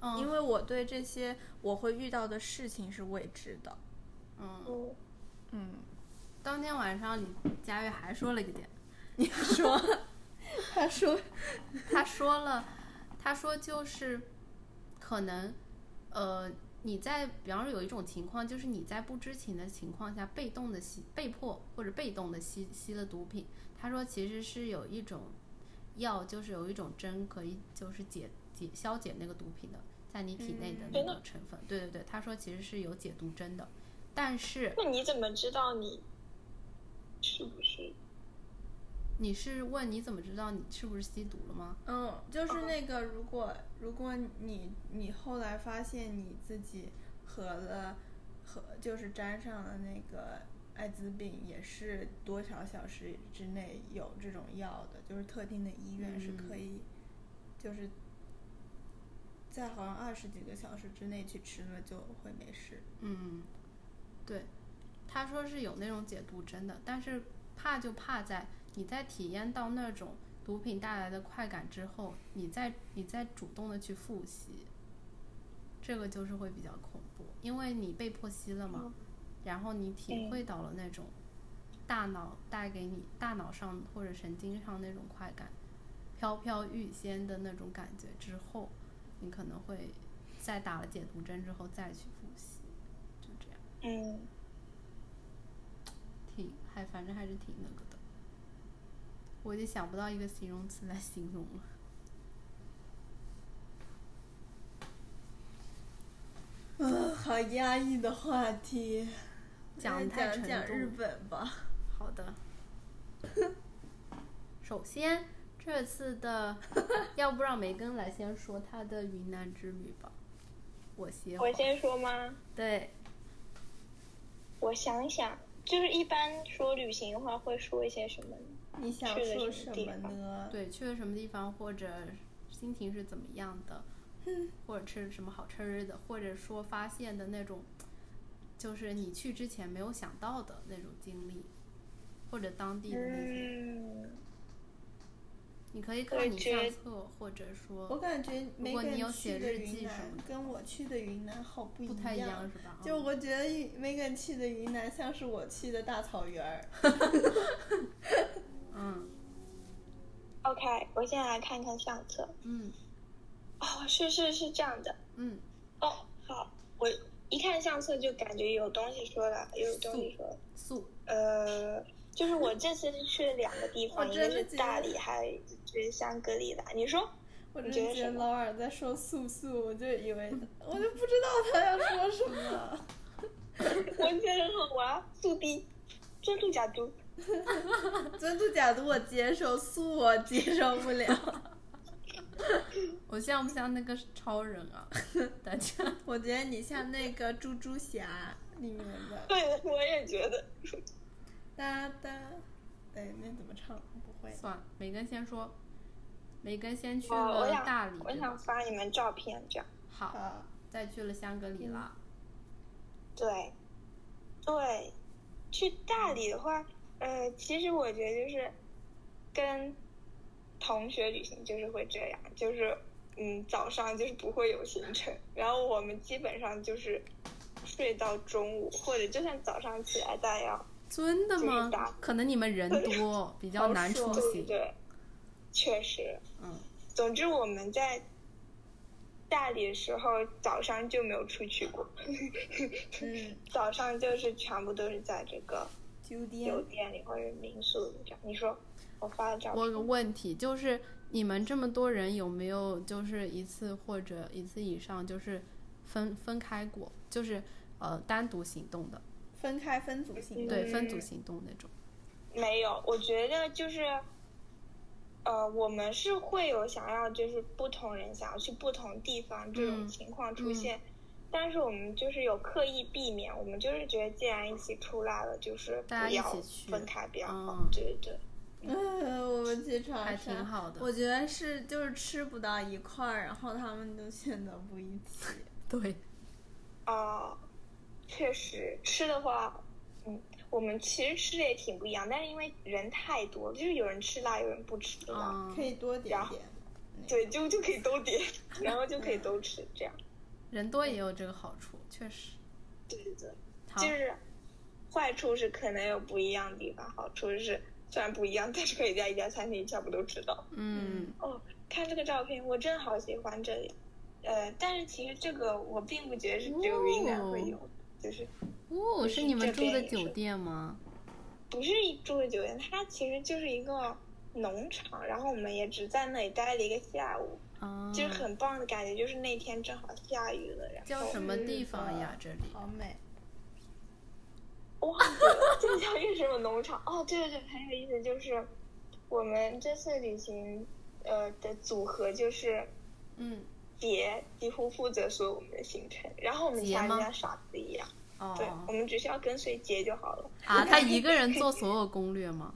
S2: 嗯
S1: 因为我对这些我会遇到的事情是未知的。
S2: 嗯，
S3: 嗯，
S1: 嗯，
S2: 当天晚上李佳悦还说了一个点。
S1: 你说， 他说，
S2: 他说了，他说就是可能，呃，你在比方说有一种情况，就是你在不知情的情况下，被动的吸、被迫或者被动的吸吸了毒品。他说其实是有一种药，就是有一种针可以就是解解消解那个毒品的，在你体内的那
S3: 真
S2: 个成分。对对对，他说其实是有解毒针的，但是
S3: 那你怎么知道你是不是？
S2: 你是问你怎么知道你是不是吸毒了吗？
S1: 嗯，就是那个，如果如果你你后来发现你自己和了和就是沾上了那个艾滋病，也是多少小时之内有这种药的，就是特定的医院是可以，就是在好像二十几个小时之内去吃了就会没事。
S2: 嗯，对，他说是有那种解毒针的，但是怕就怕在你在体验到那种毒品带来的快感之后，你再你再主动的去复吸，这个就是会比较恐怖，因为你被迫吸了嘛，然后你体会到了那种大脑带给你大脑上或者神经上那种快感，飘飘欲仙的那种感觉之后，你可能会在打了解毒针之后再去复吸，就这样，
S3: 嗯，
S2: 挺还反正还是挺那个的。我已经想不到一个形容词来形容了。
S1: 啊， 好压抑的话题，哎
S2: 讲太
S1: 讲
S2: 沉
S1: 讲
S2: 重
S1: 日
S2: 了
S1: 本吧。
S2: 好的。 首先，这次的，要不让梅根来先说她的云南之旅吧。我歇会
S3: 我
S2: 儿。
S3: 先说吗？
S2: 对，
S3: 我想想，就是一般说旅行的话，会说一些什么呢？
S1: 你想
S3: 去了
S1: 说什
S3: 什么
S1: 么
S3: 地方
S1: 呢？
S2: 对，去了什么地方或者心情是怎么样的，或者吃什么好吃的，或者说发现的那种，就是你去之前没有想到的那种经历，或者当地的那种，
S3: 嗯，
S2: 你可以
S3: 我
S2: 看你
S3: 觉
S2: 相
S3: 得
S2: 册，或者
S1: 我
S2: 说
S1: 感觉每个
S2: 果你有
S1: 人
S2: 写
S1: 去的
S2: 日记
S1: 云
S2: 什么
S1: 南
S2: 的
S1: 跟我去的云南好不
S2: 不
S1: 一
S2: 太一样是吧？
S1: 就
S2: 嗯
S1: 我觉得 Megan 去的云南像是我去的大草原 儿，
S2: 嗯
S3: OK，我现在来看看相册。
S2: 嗯
S3: 哦，是是是这样的。
S2: 嗯，
S3: 哦，好，我一看相册就感觉有东西说了，有东西说了。
S2: 素
S3: 呃，就是我这次是去了两个地
S1: 我
S3: 方，一
S1: 真
S3: 个
S1: 的
S3: 是
S1: 觉得
S3: 大理，还有一个是香格里拉。你说
S1: 我真
S3: 你觉得
S1: 觉
S3: 什
S1: 得
S3: 么
S1: 老二在说素素，我就以为我就不知道他要说什么。
S3: 我觉得很玩，速递，珍珠家族。
S1: 真的假的？我接受，素我接受不了。
S2: 我像不像那个超人啊？ 大家
S1: 我觉得你像那个猪猪侠里面的
S3: 对，我也觉得。
S1: 哒哒，哎，那怎么唱？我不会。
S2: 算了，梅根先说，梅根先去
S3: 哦，我
S2: 了
S3: 想
S2: 大理，
S3: 我
S2: 对吧
S3: 想发你们照片，这样。
S2: 好，
S1: 好，
S2: 再去了香格里拉，
S3: 对，对，去大理的话，呃，其实我觉得就是跟同学旅行就是会这样，就是嗯，早上就是不会有行程，然后我们基本上就是睡到中午，或者就算早上起来，大家要
S2: 真的
S3: 就是
S2: 吗
S3: 大？
S2: 可能你们人多，比较难出
S3: 对对
S2: 哦行。
S3: 对，确实，
S2: 嗯，
S3: 总之我们在。大理的时候，早上就没有出去过，
S1: 嗯，
S3: 早上就是全部都是在这个
S1: 酒
S3: 酒
S1: 店
S3: 店里或者民宿里这样。你说我发的照
S2: 我有
S3: 片，
S2: 个问题，就是你们这么多人有没有就是一次或者一次以上就是分分开过，就是呃单独行动的，
S1: 分开分组行动。
S2: 对，分组
S3: 嗯
S2: 行动那种。
S3: 没有，我觉得就是，呃，我们是会有想要就是不同人想要去不同地方这种
S2: 嗯
S3: 情况出现，但是我们就是有刻意避免，我们就是觉得既然一起出来了，就是不
S2: 大家一
S3: 要
S2: 起去
S3: 分开比较好。
S2: 嗯
S3: 对对对，
S1: 嗯，我们去长沙
S2: 还挺好的
S1: 我觉得是就是吃不到一块儿，然后他们就选择不一起。
S2: 对，
S3: 啊、确实吃的话，嗯，我们其实吃的也挺不一样，但是因为人太多了，就是有人吃辣，有人不吃辣。
S2: 嗯
S1: 可，以多点
S3: 然后
S1: 点。
S3: 对，就就可以都点，然后就可以
S2: 嗯
S3: 都吃，这样。
S2: 人多也有这个好处，确实。
S3: 对对，
S2: 好
S3: 就，是坏处是可能有不一样的地方，好处是虽然不一样，但是可以在一家餐厅差不多吃到。
S2: 嗯，
S3: 哦，看这个照片，我真的好喜欢这里。呃，但是其实这个我并不觉得是只有云南会有，就是
S2: 哦，
S3: 就是
S2: 是你们
S3: 这
S2: 住的
S3: 嗯边也
S2: 酒
S3: 是
S2: 店吗？
S3: 不是一住的酒店，它其实就是一个农场，然后我们也只在那里待了一个下午，
S2: 啊，
S3: 就是很棒的感觉。就是那天正好下雨了，然
S2: 叫
S3: 后
S2: 什么地
S1: 是
S2: 方
S1: 的
S2: 呀？这里
S1: 好美。
S3: 忘记了，这叫一个什么农场？哦，对对对，很有意思，就是我们这次旅行，呃的组合就是，
S2: 嗯，
S3: 杰几乎负责所有我们的行程，然后我们
S2: 杰
S3: 像
S2: 吗
S3: 人家傻子一样，对
S2: 哦，
S3: 我们只需要跟随杰就好了。
S2: 啊， 他一个人做所有攻略吗？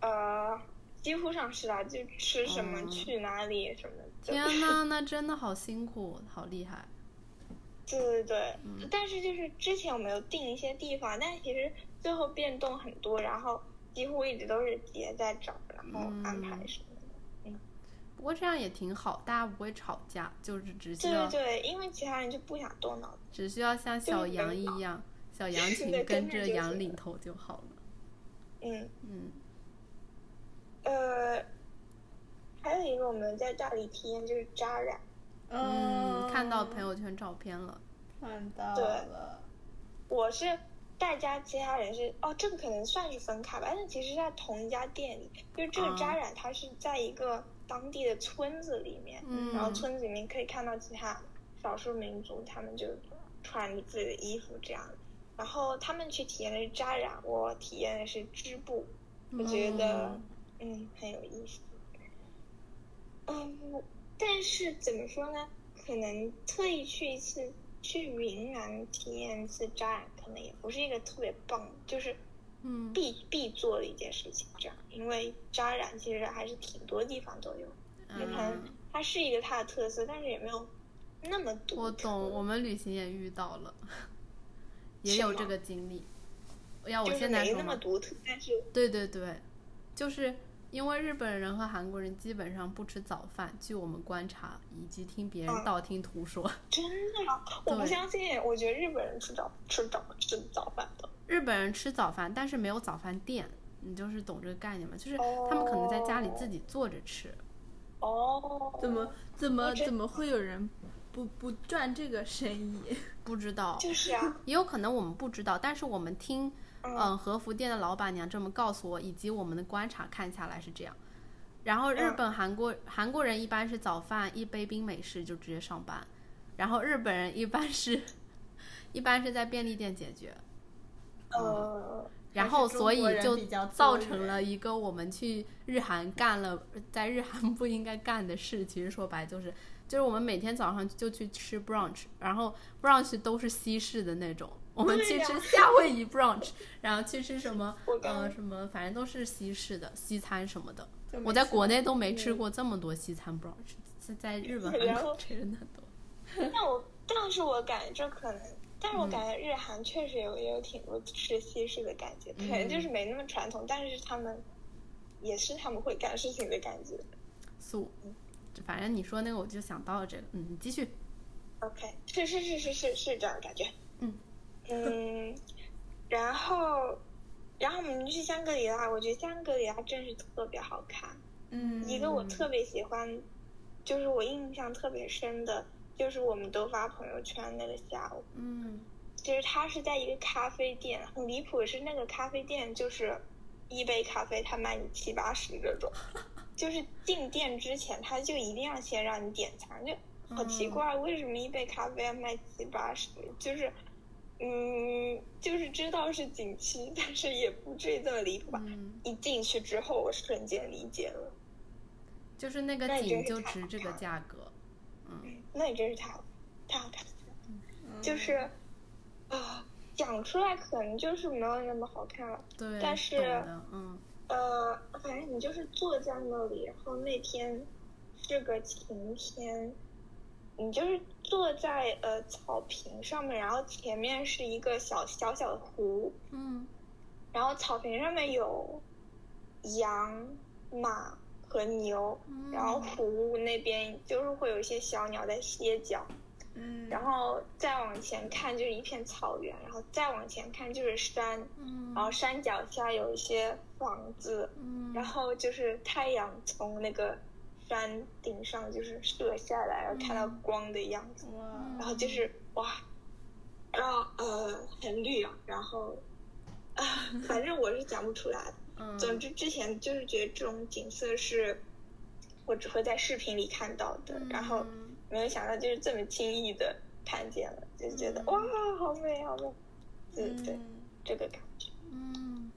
S3: 呃，几乎上是啦，就吃什么、
S2: 嗯
S3: 去哪里什么的。
S2: 天呐，那真的好辛苦，好厉害。
S3: 对对对，
S2: 嗯
S3: 但是就是之前我们有定一些地方，但其实最后变动很多，然后几乎一直都是杰在找，然后安排
S2: 嗯
S3: 什么的。
S2: 不过这样也挺好，大家不会吵架，就是只需
S3: 对
S2: 要
S3: 对对，因为其他人就不想动脑子。
S2: 只需要像
S3: 就是
S2: 小
S3: 人
S2: 羊
S3: 脑
S2: 一样，小羊群
S3: 对
S2: 跟
S3: 跟着
S2: 着
S3: 就
S2: 羊
S3: 行
S2: 领
S3: 了
S2: 头就好了。
S3: 嗯，
S2: 嗯，
S3: 呃，还有一个我们在大理体验就是扎染，哦
S2: 嗯，看到朋
S1: 友
S2: 友圈照片了，
S1: 看到
S3: 对
S1: 了，
S3: 我是大家其他人是哦，这个可能算是分开吧，但其实在同一家店里，就是这
S2: 啊
S3: 个扎染它是在一个当地的村子里面，
S2: 嗯
S3: 然后村子里面可以看到其他少数民族他们就穿着自己的衣服这样，然后他们去体验的是扎染，我体验的是织布，我觉得
S2: 嗯
S3: 嗯很有意思，嗯，但是怎么说呢？可能特意去一次去云南体验一次扎染，可能也不是一个特别棒，就是
S2: 嗯
S3: 必必做的一件事情。这样，因为扎染其实还是挺多地方都有，你可能
S2: 嗯，
S3: 它是一个它的特色，但是也没有那么独特。
S2: 我懂，我们旅行也遇到了，也
S3: 是
S2: 有
S3: 吗
S2: 这个经历。要我
S3: 就是
S2: 现在
S3: 没
S2: 说
S3: 那么
S2: 吗？
S3: 独特，但是
S2: 对对对，就是因为日本人和韩国人基本上不吃早饭，据我们观察以及听别人
S3: 嗯
S2: 道听途说，
S3: 真的吗？我不
S2: 对
S3: 相信，我觉得日本人吃早吃早吃早饭的。
S2: 日本人吃早饭，但是没有早饭店，你就是懂这个概念吗？就是他们可能在家里自己做着吃。
S3: 哦，
S1: 怎么怎么
S3: 我这
S1: 怎么会有人不不赚这个生意？
S2: 不知道，
S3: 就是啊，
S2: 也有可能我们不知道，但是我们听，嗯，和服店的老板娘这么告诉我，以及我们的观察看下来是这样。然后
S6: 嗯
S2: 日本、韩国韩国人一般是早饭一杯冰美式就直接上班，然后日本人一般是， 一般是在便利店解决，
S3: 呃，
S2: 然后
S6: 还是
S2: 所以
S6: 中国人
S2: 就
S6: 比较
S2: 造
S6: 多
S2: 成了一个我们去日韩干了在日韩不应该干的事。其实说白就是，就是我们每天早上就去吃 brunch，然后 brunch 都是西式的那种，我们去吃夏威夷 brunch，然后 去吃什么
S3: 我刚
S2: 呃什么，反正都是西式的西餐什么的。
S6: 就没
S2: 我在
S6: 吃
S2: 国内都没吃过这么多西餐 brunch，是在日本
S3: 然
S2: 韩国
S3: 后
S2: 吃的多。
S3: 但我但是我感觉这可能，但是我感觉日韩确实有也有挺多吃西式的感觉，可能就是没那么传统，但是他们也是他们会干事情的感觉。
S2: 素，反正你说那个我就想到了这个，嗯，你继续。
S3: OK，是哎是是是是是这样的感觉。
S2: 嗯
S3: 嗯，然后然后我们去香格里拉，我觉得香格里拉真是特别好看。
S6: 嗯
S3: 一个我特别喜欢，就是我印象特别深的，就是我们都发朋友圈那个下午，
S2: 嗯
S3: 就是它是在一个咖啡店，很离谱的是那个咖啡店就是一杯咖啡它卖你七八十这种，就是进店之前他就一定要先让你点餐，就好奇怪，为什么一杯咖啡要卖七八十？就是。嗯，就是知道是景区，但是也不至于这么离谱吧。
S2: 嗯。
S3: 一进去之后，我瞬间理解了。
S2: 就是那个
S3: 那你
S2: 景
S3: 真是
S2: 就
S3: 太
S2: 值
S3: 好
S2: 这个
S3: 看了
S2: 价格，嗯，
S3: 那你真是太好太好看了，就是啊、讲出来可能就是没有那么好看了。
S2: 对，
S3: 但是
S2: 懂的，嗯
S3: 呃，反正你就是坐在那里，然后那天是个晴天，你就是坐在呃草坪上面，然后前面是一个小小小的湖，
S2: 嗯
S3: 然后草坪上面有羊、马和牛，然后湖那边就是会有一些小鸟在歇脚，
S6: 嗯
S3: 然后再往前看就是一片草原，然后再往前看就是山，
S1: 嗯
S3: 然后山脚下有一些房子，然后就是太阳从那个山顶上就是射下来，然后看到光的样子，
S6: 哇，
S1: 嗯
S3: 然后就是哇，然后呃很绿啊，然后啊、反正我是讲不出来的。
S2: 嗯，
S3: 总之之前就是觉得这种景色是我只会在视频里看到的，然后没有想到就是这么轻易的看见了，就觉得、哇，好美，好美，对对，
S1: 嗯
S3: 这个感觉。
S2: 嗯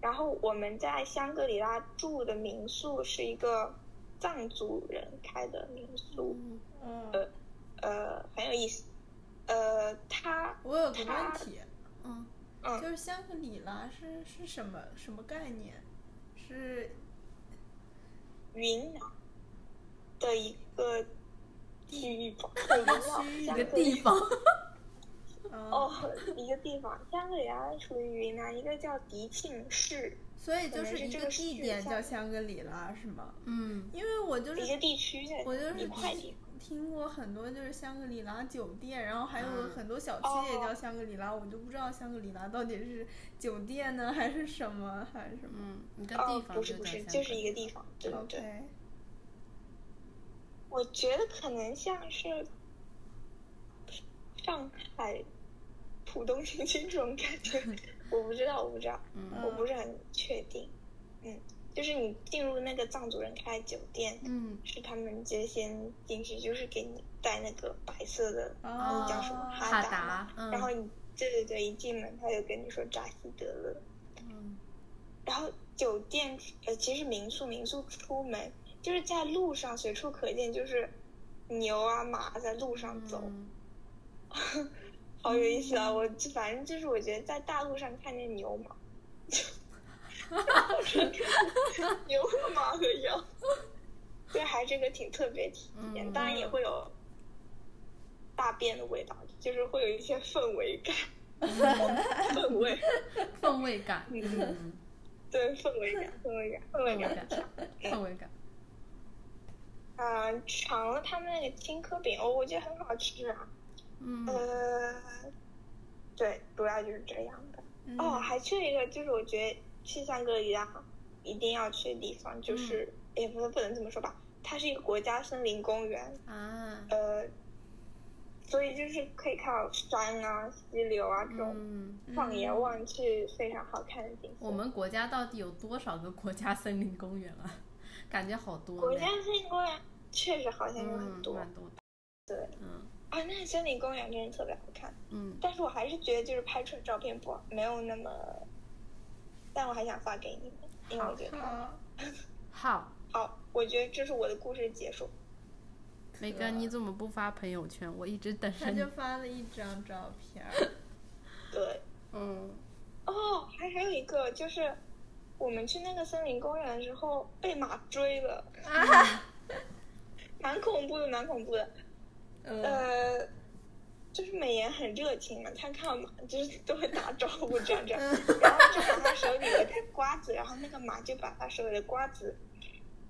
S3: 然后我们在香格里拉住的民宿是一个藏族人开的民宿，
S6: 嗯，
S3: 呃，很有意思。呃，他
S6: 我有个问题，
S2: 嗯
S3: 嗯
S6: 就是香格里拉是是什么什么概念？是
S3: 云南的一个地域吧，我不知道
S6: 区域
S3: 香
S6: 的
S3: 格里
S2: 地方，
S6: 嗯，
S3: 哦，一个地方，香格里拉属于云南，一个叫迪庆市，
S6: 所以就
S3: 可能
S6: 是
S3: 是
S6: 一
S3: 这
S6: 个
S3: 个
S6: 地
S3: 市
S6: 点
S3: 下
S6: 叫香格里拉是吗？
S2: 嗯
S6: 因为我就是
S3: 一个地区的
S6: 我就是
S3: 一块
S6: 听
S3: 地方。
S6: 听过很多就是香格里拉酒店，然后还有
S2: 嗯
S6: 很多小区也
S3: 哦
S6: 叫香格里拉，我就不知道香格里拉到底是酒店呢，还是什么，还是什么。
S2: 嗯，一个地
S3: 哦，
S2: 方
S3: 不是
S2: 就
S3: 不
S2: 叫
S3: 是，
S2: 香
S3: 就是
S2: 格
S3: 一个
S2: 里
S3: 地方，对对对。
S6: OK，
S3: 我觉得可能像是上海浦东新区这种感觉，我不知道，我不知道，
S2: 嗯
S3: 我不是很确定。嗯，就是你进入那个藏族人开的酒店，
S2: 嗯
S3: 是他们直接先进去，就是给你带那个白色的
S6: 哦
S3: 叫什么
S2: 哈
S3: 达
S2: 达
S3: 嘛，
S2: 嗯
S3: 然后你对对对，一进门他就跟你说扎西德勒，
S2: 嗯
S3: 然后酒店呃，其实民宿民宿出门就是在路上随处可见，就是牛啊马在路上走，
S2: 嗯
S3: 好有意思啊！我就反正就是我觉得在大路上看见牛马， 就在路上看见牛马和羊，对，还这个挺特别体验，当然也会有大便的味道，就是会有一些氛围感，氛围，
S2: 氛围感，
S3: 嗯，对，氛围感，氛围感，氛围感，
S2: 氛围 感。
S3: 啊，尝了他们那个青稞饼，哦，我觉得很好吃啊。
S2: 嗯
S3: 呃，对，主要就是这样的。
S6: 嗯
S3: 哦，
S2: 嗯
S3: 还去一个，就是我觉得去香格里拉一定要去的地
S2: 嗯
S3: 方，就是、也不不能这么说吧，它是一个国家森林公园，
S2: 啊，
S3: 呃，所以就是可以看到山啊、溪流啊这种
S2: 嗯，
S3: 放眼望去非常好看的景色。
S2: 我们国家到底有多少个国家森林公园啊？ 感觉好多
S3: 国
S2: 呢
S3: 家，森林公园确实好像有
S2: 嗯，
S3: 很多、
S2: 蛮多的，
S3: 对
S2: 嗯
S3: 啊，那森林公园真的特别好看，
S2: 嗯，
S3: 但是我还是觉得就是拍出来照片不没有那么，但我还想发给你们，因为我觉得
S1: 好，啊
S2: 好，
S3: 好，我觉得这是我的故事结束。
S2: 梅根，你怎么不发朋友圈？我一直等着
S1: 他
S2: 你
S1: 就。发了一张照片儿，
S3: 对，
S2: 嗯，
S3: 哦，还还有一个就是，我们去那个森林公园的时候被马追了， 蛮恐怖的，蛮恐怖的。
S6: 嗯
S3: 呃，就是美颜很热情嘛，他看到马就是都会打招呼这样这样，
S1: 嗯
S3: 然后就把他手里的瓜子，然后那个马就把他手里的瓜子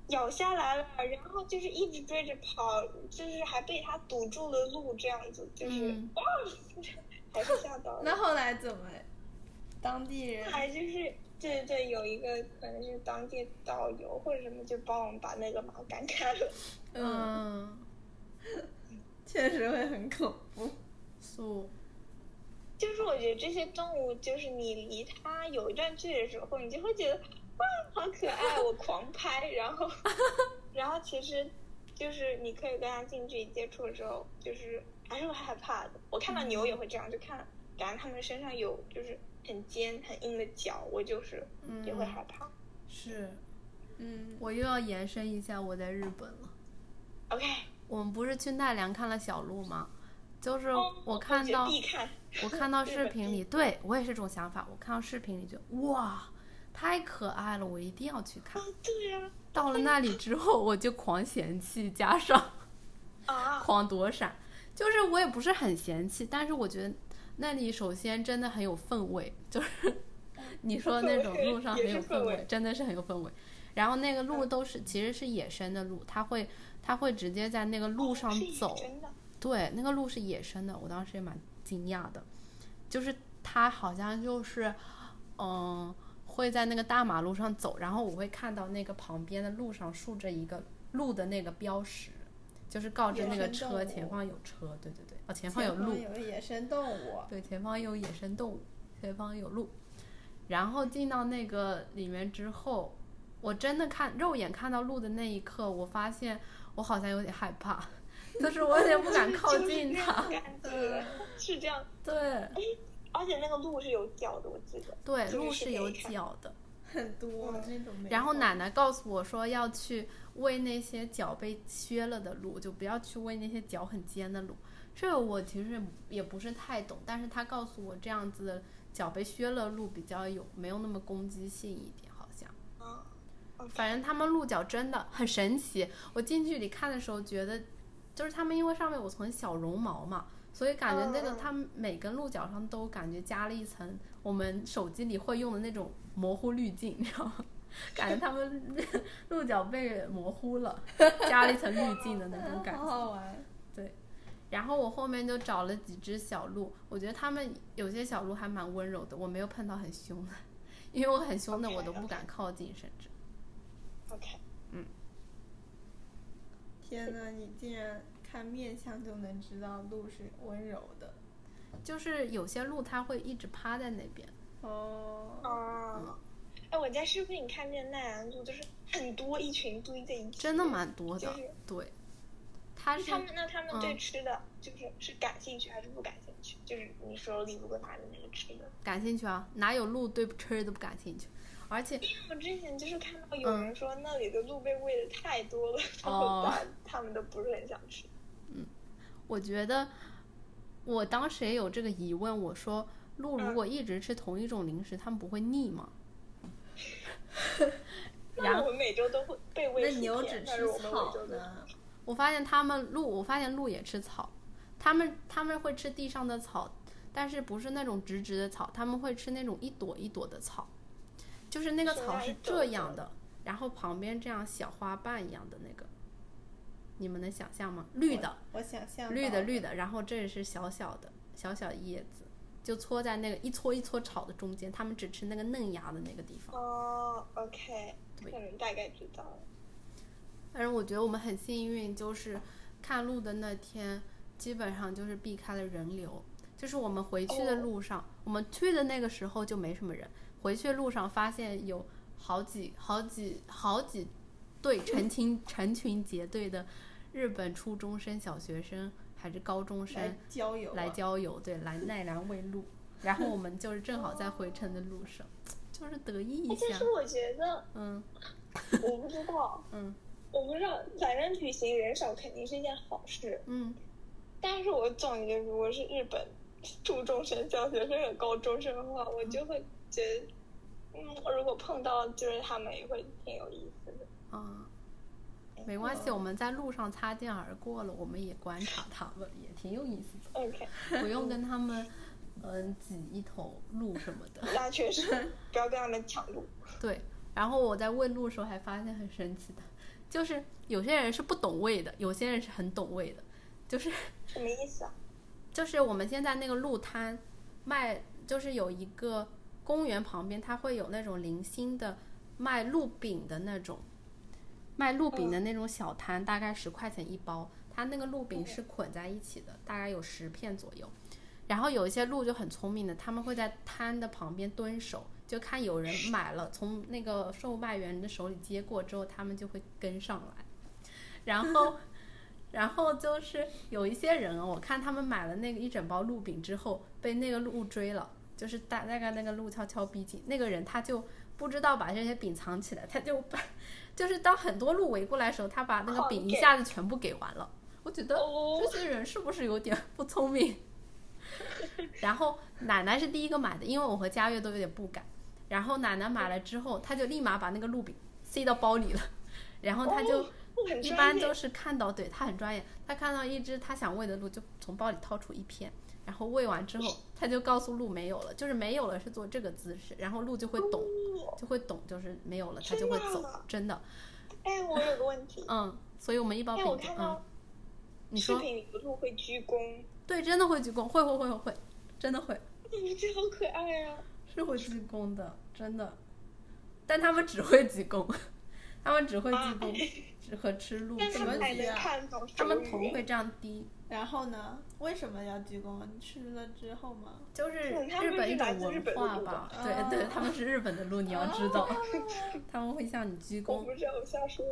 S3: 咬下来了，然后就是一直追着跑，就是还被他堵住了路，这样子就是、
S2: 嗯
S3: 哇， 还是吓到了。
S1: 那后来怎么？当地人
S3: 还就是对对对，有一个可能是当地导游或者什么，就帮我们把那个马赶开了。
S2: 嗯，
S1: 确实会很恐怖，
S2: 素，
S3: 就是我觉得这些动物，就是你离它有一段距离的时候，你就会觉得哇，好可爱，我狂拍，然后然后其实就是你可以跟它近距离接触的时候，就是还是会害怕的。我
S2: 嗯
S3: 看到牛也会这样，就看感觉它们身上有就是很尖很硬的角，我就是
S2: 嗯
S3: 也会害怕。
S2: 是
S1: 嗯，
S2: 我又要延伸一下我在日本了。
S3: OK，
S2: 我们不是去奈良看了小鹿吗？就是
S3: 哦
S2: 我看
S3: 觉得
S2: 到
S3: 必看，
S2: 我看到
S3: 日
S2: 视
S3: 本
S2: 频
S3: 地
S2: 里，对我也是这种想法。我看到视频里觉得哇，太可爱了，我一定要去看
S3: 啊。，对呀、
S2: 到了那里之后，我就狂嫌弃，加上
S3: 啊，啊，
S2: 狂躲闪。就是我也不是很嫌弃，但是我觉得那里首先真的很有氛围， 就是你说的那种路上很有氛
S3: 也是氛
S2: 围，真的是很有氛围。然后那个路
S3: 嗯
S2: 都是其实是野生的路，它会它会直接在那个路上
S3: 哦是野
S2: 走，
S3: 生的，
S2: 对，那个鹿是野生的，我当时也蛮惊讶的，就是它好像就是，嗯、会在那个大马路上走，然后我会看到那个旁边的路上竖着一个鹿的那个标识，就是告知
S1: 野
S2: 那个
S1: 生
S2: 车
S1: 动
S2: 前
S1: 物
S2: 方有车，对对对，哦前方
S1: 前
S2: 有
S1: 方
S2: 鹿，
S1: 有野生动物，
S2: 对，前方有野生动物，前方有鹿。然后进到那个里面之后，我真的看肉眼看到鹿的那一刻，我发现我好像有点害怕， 就是我有点不敢靠近它。 嗯
S3: 感觉是这样。
S2: 对
S3: 而且那个鹿是有角的，我记得。
S2: 对，
S3: 这个
S2: 鹿
S3: 是
S2: 是
S3: 可
S2: 有
S3: 以看
S2: 角的。
S1: 很多那种没有。
S2: 然后奶奶告诉我说，要去喂那些脚被削了的鹿，就不要去喂那些脚很尖的鹿。这个我其实也不是太懂，但是她告诉我这样子的脚被削了的鹿比较有没有那么攻击性一点，好像。
S3: 啊，
S2: 嗯反正他们鹿角真的很神奇。我近距离看的时候，觉得就是他们因为上面有层小绒毛嘛，所以感觉那个
S3: 嗯嗯
S2: 他们每根鹿角上都感觉加了一层我们手机里会用的那种模糊滤镜， 你知道吗？感觉他们鹿角被模糊了， 加了一层滤镜的那种感
S1: 好
S2: 觉。
S1: 好玩，
S2: 然后我后面就找了几只小鹿，我觉得它们有些小鹿还蛮温柔的，我没有碰到很凶的，因为我很凶的我都不敢靠近，甚至。
S3: OK，
S1: 天呐，你竟然看面相就能知道鹿是温柔的
S2: 就是有些鹿它会一直趴在那边，嗯
S1: 哦，
S3: 啊，哎，我在视频里看见奈良鹿，就是很多一群堆在一起，
S2: 真的？蛮多的。
S3: 就是
S2: 对，它是
S3: 他们那他们对
S2: 嗯
S3: 吃的就是是感兴趣还是不感兴趣？就是你手里如果拿着那个吃的，
S2: 感兴趣啊，哪有鹿对吃都不感兴趣？而且
S3: 我之前就是看到有人说那里的鹿被喂的太多了，然后
S2: 嗯哦
S3: 大他们都不是很想吃。
S2: 我觉得，我当时也有这个疑问，我说鹿如
S3: 嗯
S2: 果一直吃同一种零食，它们不会腻吗？
S3: 但是我们每周都会被喂
S6: 那
S3: 薯
S6: 牛
S3: 片
S6: 只
S3: 但是
S6: 吃
S3: 我们每
S6: 草
S3: 周都
S6: 呢，
S2: 我发现他们鹿，我发现鹿也吃草，他们他们会吃地上的草，但是不是那种直直的草，他们会吃那种一朵一朵的草，就是那个
S3: 是
S2: 草
S3: 那
S2: 是
S3: 一种
S2: 这样
S3: 的
S2: 的，然后旁边这样小花瓣一样的那个，你们能想象吗？绿的，
S6: 我想象
S2: 绿的
S6: 到
S2: 绿的，然后这是小小的小小叶子，就搓在那个一撮一撮草的中间，他们只吃那个嫩芽的那个地方。
S3: 哦，OK，
S2: 对
S3: 可能大概知道了。
S2: 但是我觉得我们很幸运，就是看路的那天，基本上就是避开了人流。就是我们回去的
S3: 哦
S2: 路上，我们去的那个时候就没什么人，回去的路上发现有好几、好几、好几对成群成群结队的日本初中生、小学生还是高中生
S6: 来郊游、啊，
S2: 来郊游，对，来奈良喂鹿。然后我们就是正好在回程的路上，就是得意一
S3: 哎，但
S2: 下
S3: 是，我觉得
S2: 嗯
S3: 我不知道，
S2: 嗯
S3: 我不知道，反正旅行人少肯定是一件好事，
S2: 嗯，
S3: 但是我总觉得如果是日本初中生、小学生和高中生的话，我就会觉得，嗯，如果碰到就是他们也会挺有意思的。嗯
S2: 啊，没关系，我们在路上擦肩而过了，我们也观察他们，也挺有意思
S3: OK，
S2: 的，不用跟他们嗯挤一头鹿什么的。
S3: 那确实不要跟他们抢路。
S2: 对，然后我在喂鹿的时候还发现很神奇的，就是有些人是不懂喂的，有些人是很懂喂的，就是
S3: 什么意思啊？
S2: 就是我们现在那个路摊卖，就是有一个公园旁边，它会有那种零星的卖鹿饼的那种，卖鹿饼的那种小摊，大概十块钱一包。它那个鹿饼是捆在一起的，大概有十片左右。然后有一些鹿就很聪明的，他们会在摊的旁边蹲守，就看有人买了，从那个售卖员的手里接过之后，他们就会跟上来。然后，然后就是有一些人哦，我看他们买了那个一整包鹿饼之后，被那个鹿追了，就是大大概那个鹿悄悄逼近，那个人他就不知道把这些饼藏起来，他就把， 就是当很多鹿围过来的时候，他把那个
S3: 好
S2: 饼一
S3: 给
S2: 下子全部给完了。我觉得
S3: 哦
S2: 这些人是不是有点不聪明？ 然后奶奶是第一个买的，因为我和佳悦都有点不敢。然后奶奶买了之后，她就立马把那个鹿饼塞到包里了， 然后她就
S3: 哦很
S2: 一
S3: 专
S2: 般
S3: 业
S2: 都是看到，对他很专业，他看到一只他想喂的鹿，就从包里掏出一片，然后喂完之后，他就告诉鹿没有了，就是没有了是做这个姿势，然后鹿就会懂，就会懂，就是没有了，它就会
S3: 真
S2: 走
S3: 的啊，
S2: 真的，
S3: 哎，我有个问题，
S2: 嗯，所以我们一包
S3: 哎，
S2: 饼
S3: 我
S2: 就，
S3: 看
S2: 嗯
S3: 到，
S2: 你
S3: 视
S2: 说，
S3: 频里不是会鞠躬，嗯
S2: 对，真的会鞠躬，会会会会会，真的会，
S3: 你这好可爱啊！
S2: 是会鞠躬的，真的，但他们只会鞠躬，他们只会鞠
S3: 啊
S2: 躬，只和吃鹿，
S3: 但他
S2: 不
S3: 们
S2: 会
S3: 还
S2: 鞠
S3: 能
S6: 呀
S3: 看懂
S2: 啊他们
S3: 手
S2: 头
S3: 语
S2: 会这样低，
S6: 然后呢？为什么要鞠
S1: 啊
S6: 躬？你吃了之后吗？
S2: 就是
S3: 嗯他
S2: 日
S3: 们
S2: 本
S3: 是
S2: 一
S3: 来
S2: 种
S3: 自日
S2: 文
S3: 本的
S2: 化
S3: 鹿
S2: 吧
S3: 吧，
S2: 对对，他们是日本的鹿，你要知道， 他们会向你鞠
S3: 我
S2: 躬。
S3: 不知道，我瞎说。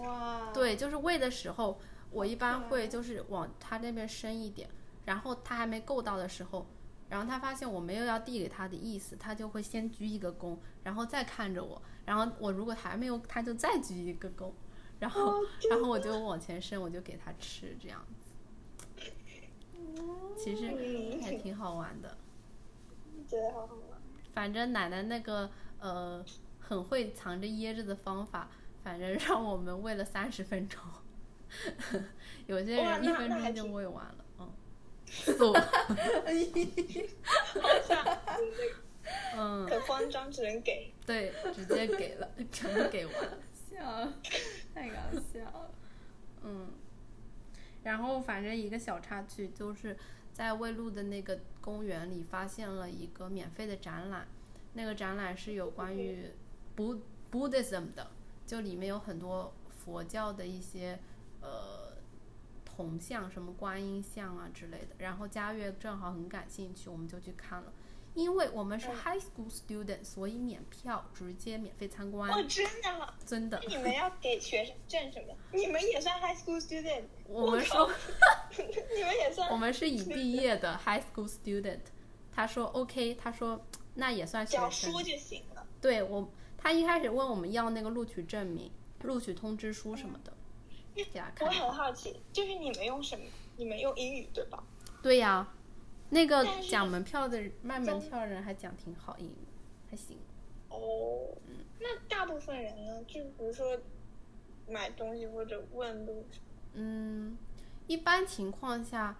S6: 哇，，
S2: 对，就是喂的时候，我一
S3: 嗯
S2: 般会就是往他那边伸一点，然后他还没够到的时候，然后他发现我没有要递给他的意思，他就会先鞠一个躬，然后再看着我，然后我如果还没有，他就再鞠一个躬，然
S3: 哦
S2: 后然后我就往前伸，我就给他吃这样子，其实还挺好玩的。
S3: 觉得好好玩。
S2: 反正奶奶那个呃很会藏着掖着的方法，反正让我们喂了三十分钟， 有些
S3: 哇
S2: 人
S3: 那
S2: 一分
S3: 那还
S2: 钟就
S3: 挺
S2: 喂完了，嗯，走，
S1: 哎
S2: 嗯，
S3: 很慌张，只能给。
S2: 对，直接给了， 全部给完了，
S6: 笑，太搞笑了。
S2: 嗯，然后反正一个小插曲就是在魏路的那个公园里发现了一个免费的展览，那个展览是有关于 Bud Buddhism 的，就里面有很多佛教的一些呃铜像，什么观音像啊之类的。然后佳悦正好很感兴趣，我们就去看了。因为我们是 high school student，所以免票直接免费参观，
S3: 哇，真的啊？
S2: 真的
S3: 那。你们要给学生证什么？ 你们也算 high school student？
S2: 我们说
S3: 靠， 你们也算？
S2: 我们是已毕业的 high school student。他说 OK，他说那也算
S3: 只
S2: 学
S3: 要
S2: 生
S3: 说。就行了。
S2: 对我，他一开始问我们要那个录取证明、录取通知书什么的，给他
S3: 嗯我
S2: 看一下。
S3: 很好奇，就是你们用什么？你们用英语对吧？
S2: 对呀、那个
S3: 但是
S2: 讲门票的人卖门票的人还讲挺好英语，还行。
S3: 哦，那大部分人呢，就比如说买东西或者问路，
S2: 嗯，一般情况下，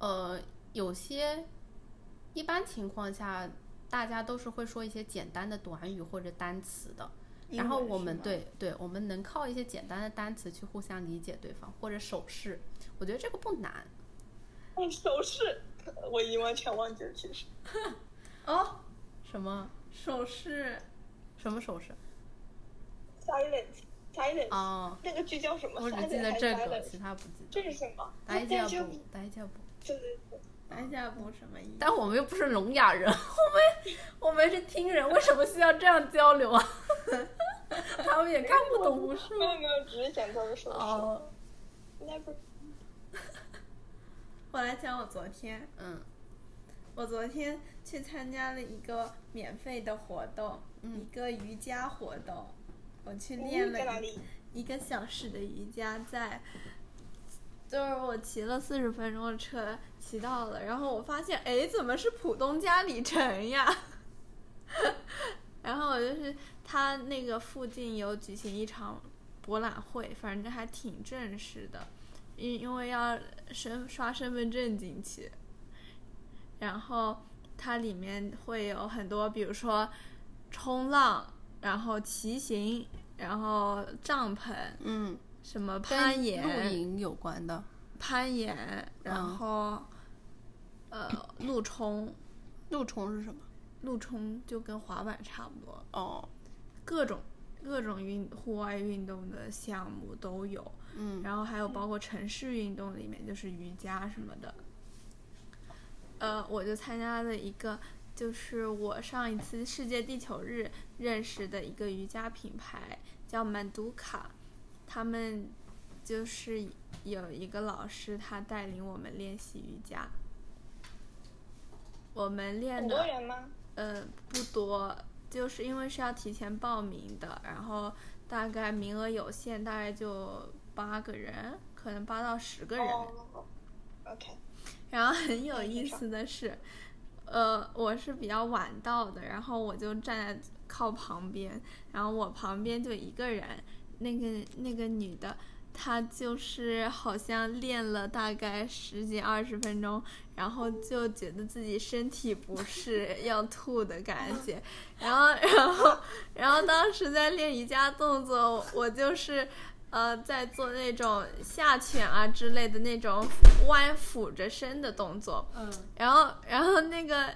S2: 呃，有些一般情况下，大家都是会说一些简单的短语或者单词的。
S1: 英
S2: 然后
S1: 文
S2: 我
S1: 是
S2: 们
S1: 吗
S2: 对对，我们能靠一些简单的单词去互相理解对方，或者手势，我觉得这个不难。
S3: 哦，手势，我已经完全忘记了，其实
S1: 哦，
S2: 什么
S1: 手势
S2: 什么手势？
S3: silence silence、
S2: 哦，
S3: 那个剧叫什么？
S2: 我只记
S3: silence
S2: 得
S3: 还是
S2: 这个，
S3: silence
S2: 其他不记得。
S3: 这是什么？
S2: 大
S3: 那
S2: 家
S3: 就
S2: 不，大家不。
S3: 对对对，
S1: 南下步什么意思？
S2: 但我们又不是聋哑人， 我们我们是听人，为什么需要这样交流啊？ 他们也看不懂无数
S3: 没有没有，只是想做个手势，
S2: 哦，
S3: 应该不是。
S1: 我来讲我昨天，
S2: 嗯
S1: 我昨天去参加了一个免费的活动，
S2: 嗯
S1: 一个瑜伽活动，我去练
S3: 嗯在哪
S1: 了一
S3: 里？
S1: 一个小时的瑜伽在。就是我骑了四十分钟的车，骑到了，然后我发现，哎，怎么是浦东加里城呀？ 然后我就是他那个附近有举行一场博览会，反正还挺正式的，因因为要身刷身份证进去，然后它里面会有很多，比如说冲浪，然后骑行，然后帐篷，
S2: 嗯，
S1: 什么
S2: 跟
S1: 攀
S2: 露
S1: 岩、
S2: 营有嗯关的，
S1: 攀岩，然后、呃路冲，
S2: 露虫是什么？
S1: 路冲就跟滑板差不多，
S2: 哦，
S1: 各种各种运户外运动的项目都有，
S2: 嗯
S1: 然后还有包括城市运动里面就是瑜伽什么的。呃，我就参加了一个，就是我上一次世界地球日认识的一个瑜伽品牌，叫曼都卡，他们就是有一个老师，他带领我们练习瑜伽。我们练
S3: 很
S1: 的
S3: 多人吗？
S1: 呃，不多，就是因为是要提前报名的，然后大概名额有限，大概就八个人，可能八到十个人。
S3: 哦，OK，
S1: 然后很有
S3: 那挺
S1: 意
S3: 少
S1: 思的是，呃，我是比较晚到的，然后我就站在靠旁边，然后我旁边就一个人，那个那个女的，她就是好像练了大概十几二十分钟，然后就觉得自己身体不适要吐的感觉，然后然后然后当时在练瑜伽动作，我就是。呃，在做那种下犬啊之类的那种弯俯着身的动作，
S7: 嗯，
S1: 然后，然后那个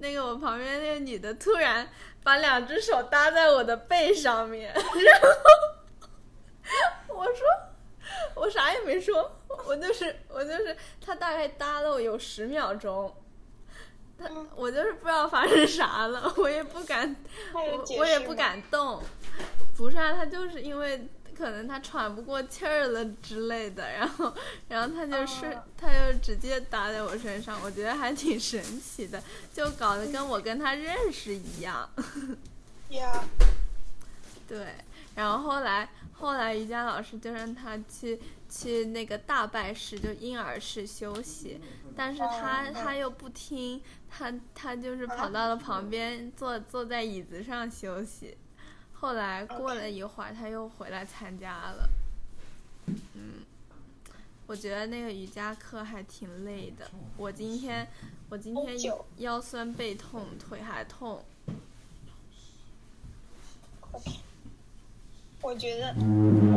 S1: 那个我旁边那个女的突然把两只手搭在我的背上面， 然后我说我啥也没说，我就是我就是她大概搭了我有十秒钟，她
S3: 嗯
S1: 我就是不知道发生啥了，我也不敢
S3: 还有
S1: 我
S3: 解
S1: 我也
S3: 释
S1: 不
S3: 吗
S1: 敢动，不是啊，他就是因为可能他喘不过气儿了之类的，然后然后他就顺、
S3: 哦
S1: 他就直接打在我身上，我觉得还挺神奇的，就搞得跟我跟他认识一样。
S3: 呀。
S1: 对，然后后来后来瑜伽老师就让他去去那个大拜室，就婴儿室休息，但是他
S3: 哦
S1: 他又不听，他他就是跑到了旁边坐坐在椅子上休息。后来过了一会儿，他又回来参加了。嗯，我觉得那个瑜伽课还挺累的。我今天我今
S3: 好
S1: 天
S3: 久
S1: 腰酸背痛，腿还痛。
S3: 我觉得，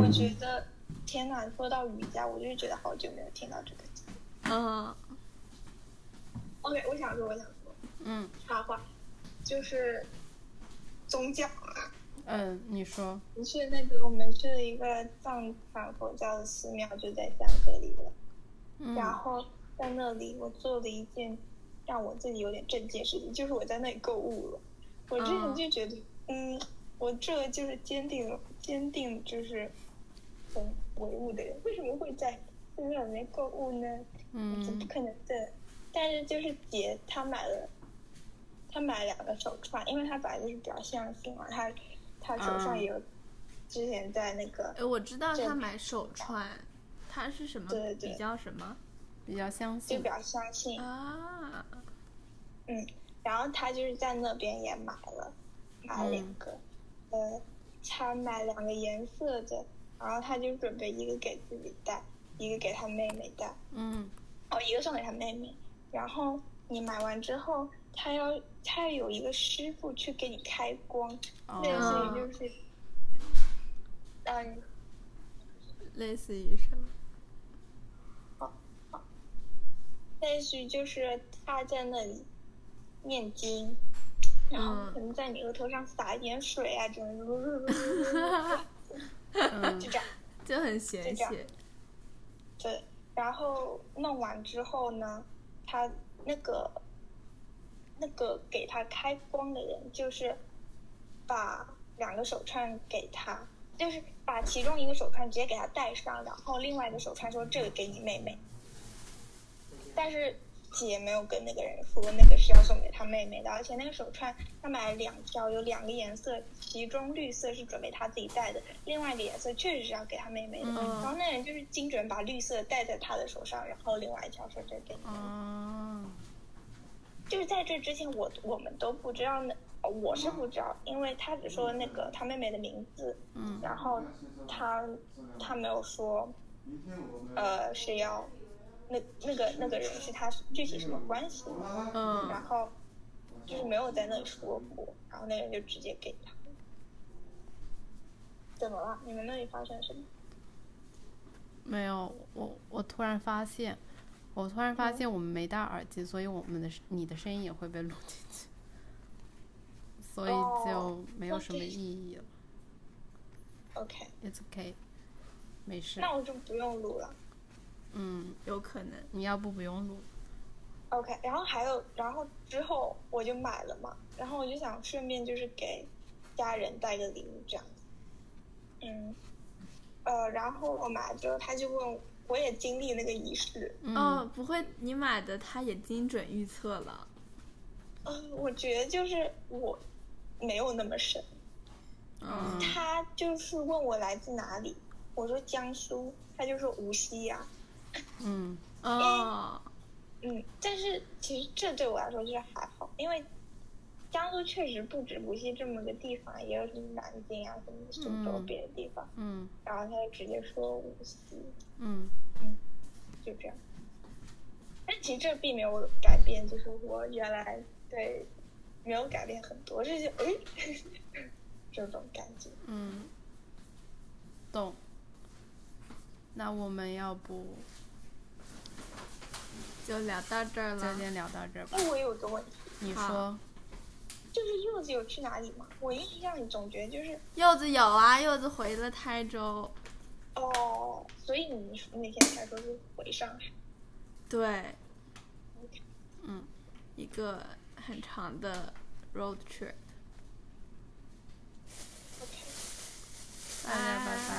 S3: 我觉得，天呐！说到瑜伽，我就是觉得好久没有听到这个词。
S1: 嗯
S3: OK，我想说，我想说，
S2: 嗯
S3: 插话，就是宗教。
S2: 嗯，你说，
S3: 我们去那个，我们去了一个藏传佛教的寺庙，就在香格里拉。然
S2: 嗯
S3: 后在那里，我做了一件让我自己有点震惊的事情，就是我在那里购物了。我之前就觉得，嗯，我这就是坚定了，坚定就是很唯物的人，为什么会在寺庙里面购物呢？这不
S2: 嗯
S3: 可能的。但是就是姐她买了，她买了两个手串，因为她本来就是比较相信嘛，她她手上
S2: 嗯
S3: 也有之前在那个
S1: 哎，我知道
S3: 这
S1: 他
S3: 个
S1: 买手串，他是什么
S3: 对对嗯
S1: 比较什么
S2: 比较相
S3: 就
S2: 信
S3: 比，较相信，
S2: 嗯
S1: 啊？
S3: 嗯，然后他就是在那边也买了，买了两个，呃，他买两个颜色的，然后他就准备一个给自己戴，一个给他妹妹戴，
S2: 嗯
S3: 哦，一个送给他妹妹。然后你买完之后，他要他要有一个师傅去给你开光，
S2: 哦嗯
S3: 类似于就是，嗯、
S1: 类似于什么？
S3: 类似于就是他在那里念经，然后可能在你额头上洒一点水啊，这种，就这样。
S1: 就很玄
S3: 就这
S1: 学
S3: 样。对，然后弄完之后呢，他那个那个给他开光的人，就是把两个手串给他，就是把其中一个手串直接给他戴上，然后另外一个手串说这个给你妹妹，但是。姐没有跟那个人说，那个是要送给他妹妹的，而且那个手串他买了两条，有两个颜色，其中绿色是准备他自己戴的，另外一个颜色确实是要给他妹妹的。然后那人就是精准把绿色戴在他的手上，然后另外一条手就给他。
S2: 啊，
S3: 就是在这之前我，我们都不知道那，呃我是不知道，因为他只说那个他妹妹的名字，
S2: 嗯
S3: 然后他他没有说呃是要那那个那个人是他具体什么关系，
S2: 嗯
S3: 然后就是没有在那里说过，然后那人就直接给他。怎么了？你们那里发生什么？
S2: 没有，我我突然发现，我突然发现我们没戴耳机，所以我们的声你的声音也会被录进去，所以就
S3: 哦
S2: 没有什么意义了。
S3: OK，
S2: It's okay，没事。
S3: 那我就不用录了。
S2: 嗯，
S1: 有可能。
S2: 你要不不用录。
S3: OK，然后还有，然后之后我就买了嘛，然后我就想顺便就是给家人带个礼物这样子。嗯，呃，然后我买了之后，他就问，我也经历那个仪式，
S2: 嗯、
S1: 哦，不会，你买的他也精准预测了。
S3: 嗯、我觉得就是我没有那么神，
S1: 嗯，
S3: 他就是问我来自哪里，我说江苏，他就说无锡呀、
S2: 嗯，
S1: 哦，
S3: 嗯，但是其实这对我来说就是还好，因为江苏确实不止无锡这么个地方，也有什么南京啊、什么苏州
S2: 嗯
S3: 别的地方。
S2: 嗯
S3: 然后他就直接说无锡，
S2: 嗯
S3: 就这样。但其实这并没有改变，就是我原来对没有改变很多，这就哎这种感觉。
S2: 嗯，懂。那我们要不
S1: 就聊到这儿
S2: 就
S1: 了。
S2: 先聊到这儿吧？
S3: 那哎我有个问题，
S2: 你
S1: 好
S2: 说，
S3: 就是柚子有去哪里吗？我印象里总觉得就是
S1: 柚子有啊，柚子回了台州。
S3: 哦，所以你那天才说是回上海。
S1: 对，
S2: 嗯，
S1: 一个很长的 road trip。
S3: OK，
S2: 大家拜拜。